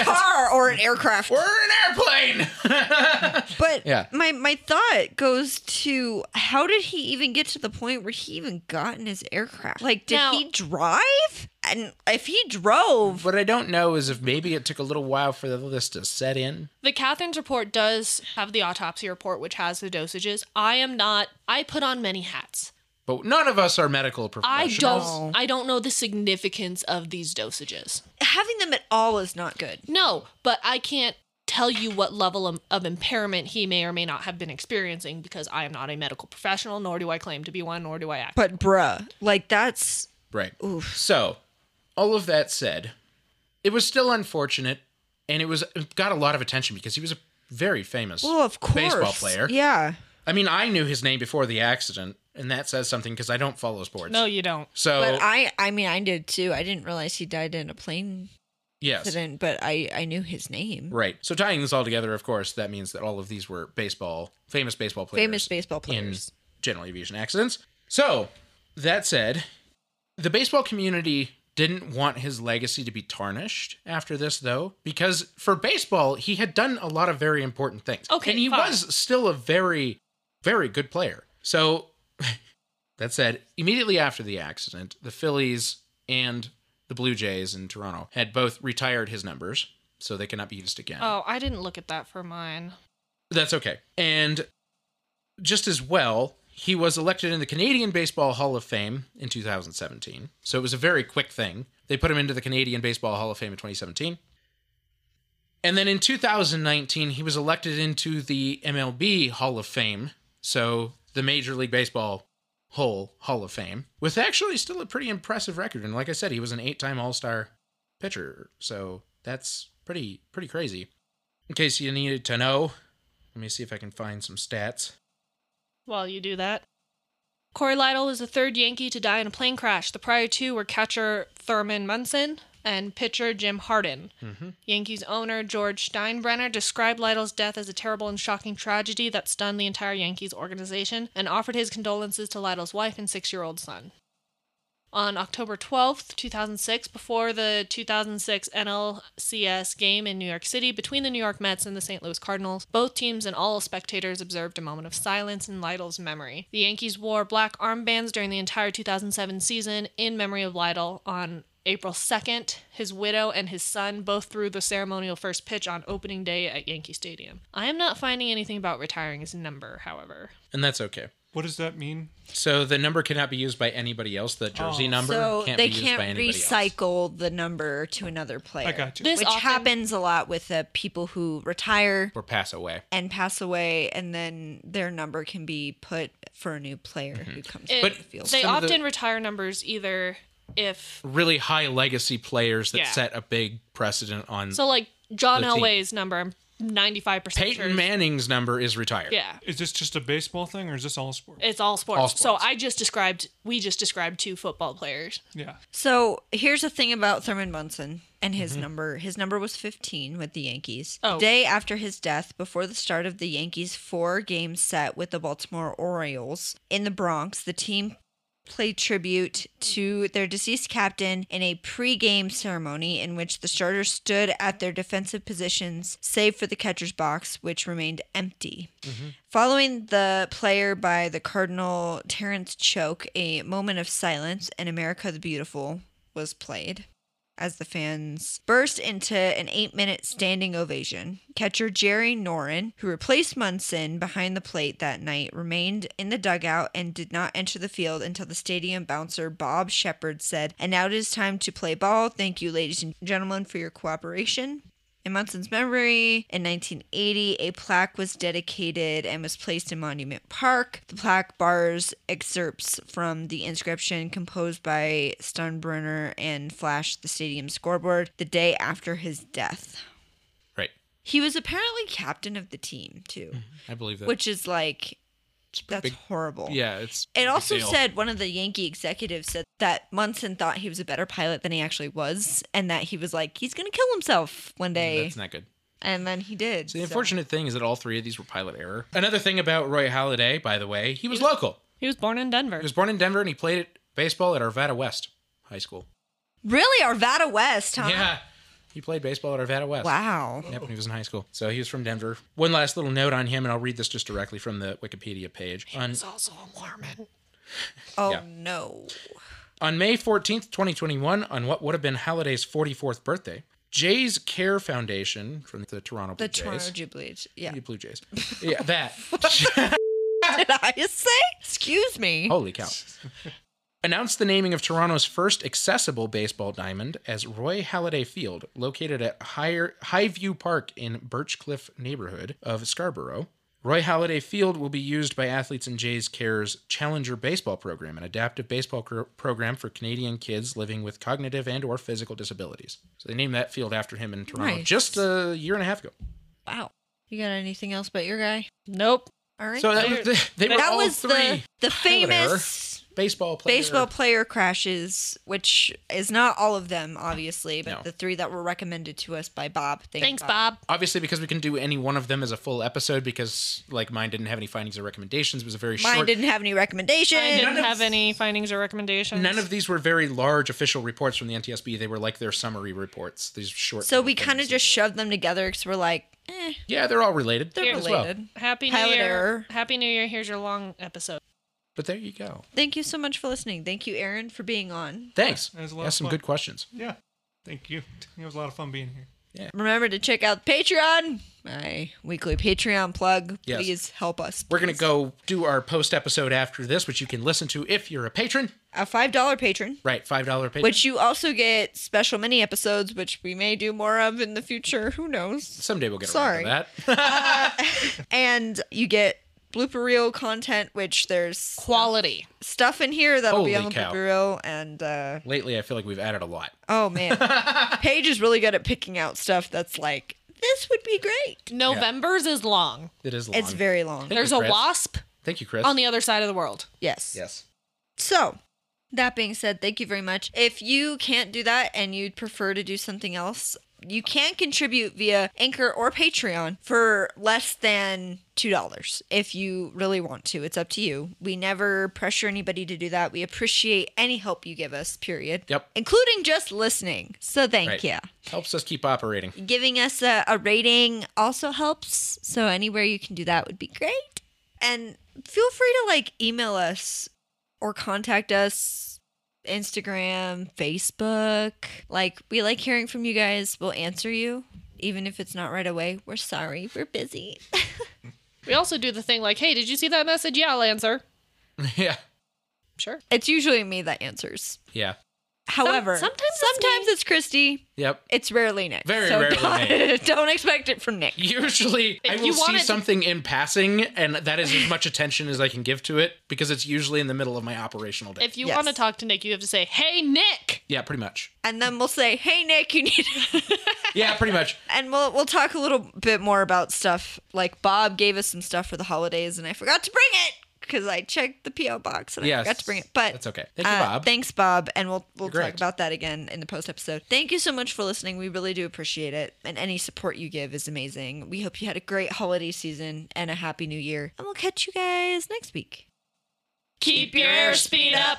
a car or an aircraft. We're an airplane. But Yeah. my my thought goes to how did he even get to the point where he even got in his aircraft? Like, did Now- he drive? And if he drove, what I don't know is if maybe it took a little while for this to set in. The Catherine's report does have the autopsy report, which has the dosages. I am not, I put on many hats. But none of us are medical I professionals. don't, I don't know the significance of these dosages. having them at all is not good. No, but I can't tell you what level of, of impairment he may or may not have been experiencing because I am not a medical professional, nor do I claim to be one, nor do I act. But bruh, like that's Right. So, all of that said, it was still unfortunate, and it was it got a lot of attention because he was a very famous well, of course, baseball player. Yeah, I mean, I knew his name before the accident, and that says something because I don't follow sports. no, you don't. So but I I mean I did too. I didn't realize he died in a plane yes, accident, but I I knew his name. right. So tying this all together, of course, that means that all of these were baseball, famous baseball players, Famous baseball in players. general aviation accidents. So that said, the baseball community didn't want his legacy to be tarnished after this, though, because for baseball, he had done a lot of very important things. Okay, And he fine. was still a very, very good player. So that said, immediately after the accident, the Phillies and the Blue Jays in Toronto had both retired his numbers, so they cannot be used again. Oh, I didn't look at that for mine. That's okay. And just as well, he was elected in the Canadian Baseball Hall of Fame in 2017. So it was a very quick thing. They put him into the Canadian Baseball Hall of Fame in 2017. And then in 2019, he was elected into the MLB Hall of Fame. So the Major League Baseball whole Hall of Fame with actually still a pretty impressive record. And like I said, he was an eight time All Star pitcher. So that's pretty, pretty crazy. In case you needed to know, let me see if I can find some stats. While you do that, Corey Lytle was the third Yankee to die in a plane crash. The prior two were catcher Thurman Munson and pitcher Jim Harden. Yankees owner George Steinbrenner described Lytle's death as a terrible and shocking tragedy that stunned the entire Yankees organization and offered his condolences to Lytle's wife and six year old son. On October 12th, 2006, before the 2006 NLCS game in New York City between the New York Mets and the St. Louis Cardinals, both teams and all spectators observed a moment of silence in Lytle's memory. The Yankees wore black armbands during the entire 2007 season in memory of Lytle on April 2nd, his widow and his son both threw the ceremonial first pitch on opening day at Yankee Stadium. I am not finding anything about retiring his number, however. And that's okay. What does that mean? So the number cannot be used by anybody else. The jersey number So can't they be used by can't anybody else. recycle the number to another player. I got you. This Which often- happens a lot with uh, people who retire Or pass away. and pass away, and then their number can be put for a new player who comes It- to But the field. They Some of the- often retire numbers either if Really high legacy players that Yeah. set a big precedent on. so like John The team. Elway's number. I'm 95% sure. Peyton Manning's number is retired. Yeah. Is this just a baseball thing or is this all sports? It's all sports. All So sports. I just described, we just described two football players. yeah. So here's the thing about Thurman Munson and his number. His number was 15 with the Yankees. Oh. The day after his death, before the start of the Yankees' four game set with the Baltimore Orioles in the Bronx, the team played tribute to their deceased captain in a pre-game ceremony in which the starters stood at their defensive positions save for the catcher's box which remained empty following the player by the cardinal terrence choke a moment of silence and america the beautiful was played as the fans burst into an eight minute standing ovation. Catcher Jerry Norin, who replaced Munson behind the plate that night, remained in the dugout and did not enter the field until the stadium bouncer Bob Shepard said, And now it is time to play ball. Thank you, ladies and gentlemen, for your cooperation. In Munson's memory, in 1980, a plaque was dedicated and was placed in Monument Park. The plaque bars excerpts from the inscription composed by Steinbrenner and flashed the stadium scoreboard the day after his death. Right. He was apparently captain of the team, too, I believe that. which is like, Mm-hmm. It's a that's big- horrible. Yeah, it's. It big also deal. said one of the Yankee executives said that Munson thought he was a better pilot than he actually was, and that he was like, he's going to kill himself one day. Mm, That's not good. And then he did. The so- unfortunate thing is that all three of these were pilot error. Another thing about Roy Halladay, by the way, he was local. He was born in Denver. He was born in Denver and he played at baseball at Arvada West High School. Really, Arvada West, huh? Yeah. He played baseball at Arvada West. Wow. Yep, when he was in high school. So he was from Denver. One last little note on him, and I'll read this just directly from the Wikipedia page. On, He's also a Mormon. Oh Yeah. no. on May 14th, 2021, on what would have been Halladay's 44th birthday, Jay's Care Foundation from the Toronto Blue The Jays. Toronto Jubilees. Yeah. Yeah, Blue Jays. Yeah, that. Did I say? Excuse me. Holy cow. Announced the naming of Toronto's first accessible baseball diamond as Roy Halladay Field, located at Higher, Highview Park in Birchcliff neighborhood of Scarborough. Roy Halladay Field will be used by athletes in Jays Care's Challenger Baseball Program, an adaptive baseball cr- program for Canadian kids living with cognitive and or physical disabilities. So they named that field after him in Toronto Nice. just a year and a half ago. Wow. You got anything else but your guy? Nope. All right. So that was, the, they were that all was three the the pilot error famous baseball player. baseball player crashes, which is not all of them, obviously, but No. the three that were recommended to us by Bob. Thank Thanks, Bob. obviously because we can do any one of them as a full episode because like mine didn't have any findings or recommendations it was a very Mine short didn't have any recommendations. I didn't of- have any findings or recommendations. none of these were very large official reports from the ntsb they were like their summary reports these short so we little kind of things. just shoved them together because we're like, eh, yeah they're all related they're as well. related. Happy New Pilot Year. error. Happy New Year. Here's your long episode. but there you go Thank you so much for listening. Thank you, Aaron, for being on. thanks That was a lot yeah of some fun. good questions Yeah. Thank you. It was a lot of fun being here. Remember to check out Patreon, my weekly Patreon plug. Yes. Please help us. we're gonna please. go do our post episode after this which you can listen to if you're a patron a five dollar patron, right five dollar patron which you also get special mini episodes, which we may do more of in the future. Who knows? someday we'll get Sorry. around to that And you get blooper reel content, which there's Quality. stuff in here that'll be Holy on the cow. blooper reel. And uh, lately i feel like we've added a lot oh man, Paige is really good at picking out stuff that's like this would be great. November's is long. it is long. It's very long. Thank you, There's a Chris. wasp thank you chris on the other side of the world. Yes. yes So, that being said, thank you very much. If you can't do that and you'd prefer to do something else, you can contribute via Anchor or Patreon for less than $2 if you really want to. It's up to you. We never pressure anybody to do that. We appreciate any help you give us, period. Yep. Including just listening. So, thank Right. you. helps us keep operating Giving us a, a rating also helps. So, anywhere you can do that would be great. And feel free to like email us or contact us Instagram, Facebook. Like, we like hearing from you guys. We'll answer you, even if it's not right away. We're sorry, we're busy. We also do the thing like, hey, did you see that message? Yeah, I'll answer. yeah Sure. it's usually me that answers. yeah However, sometimes it's sometimes me. it's Christy. Yep. It's rarely Nick. Very so rarely don't, Nick. don't expect it from Nick. Usually, I If will you see wanted to- something in passing, and that is as much attention as I can give to it because it's usually in the middle of my operational day. If you Yes. want to talk to Nick, you have to say, "Hey, Nick." yeah, pretty much. And then we'll say, "Hey Nick, you need." Yeah, pretty much. and we'll we'll talk a little bit more about stuff. Like Bob gave us some stuff for the holidays, and I forgot to bring it because I checked the PO box and I Yes, forgot to bring it. But that's okay. Thank you, uh, Bob. Thanks, Bob, and we'll we'll You're talk great. about that again in the post episode. Thank you so much for listening. We really do appreciate it, and any support you give is amazing. We hope you had a great holiday season and a happy new year, and we'll catch you guys next week. Keep your airspeed up.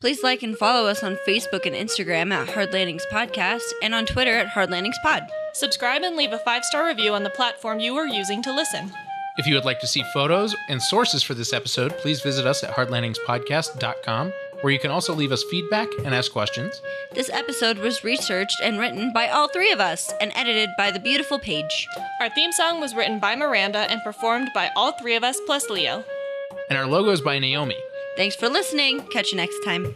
Please like and follow us on Facebook and Instagram at Hard Landings Podcast and on Twitter at Hard Landings Pod. Subscribe and leave a five star review on the platform you are using to listen. If you would like to see photos and sources for this episode, please visit us at hardlandingspodcast.com, where you can also leave us feedback and ask questions. This episode was researched and written by all three of us and edited by the beautiful Paige. Our theme song was written by Miranda and performed by all three of us plus Leo. And our logo is by Naomi. Thanks for listening. Catch you next time.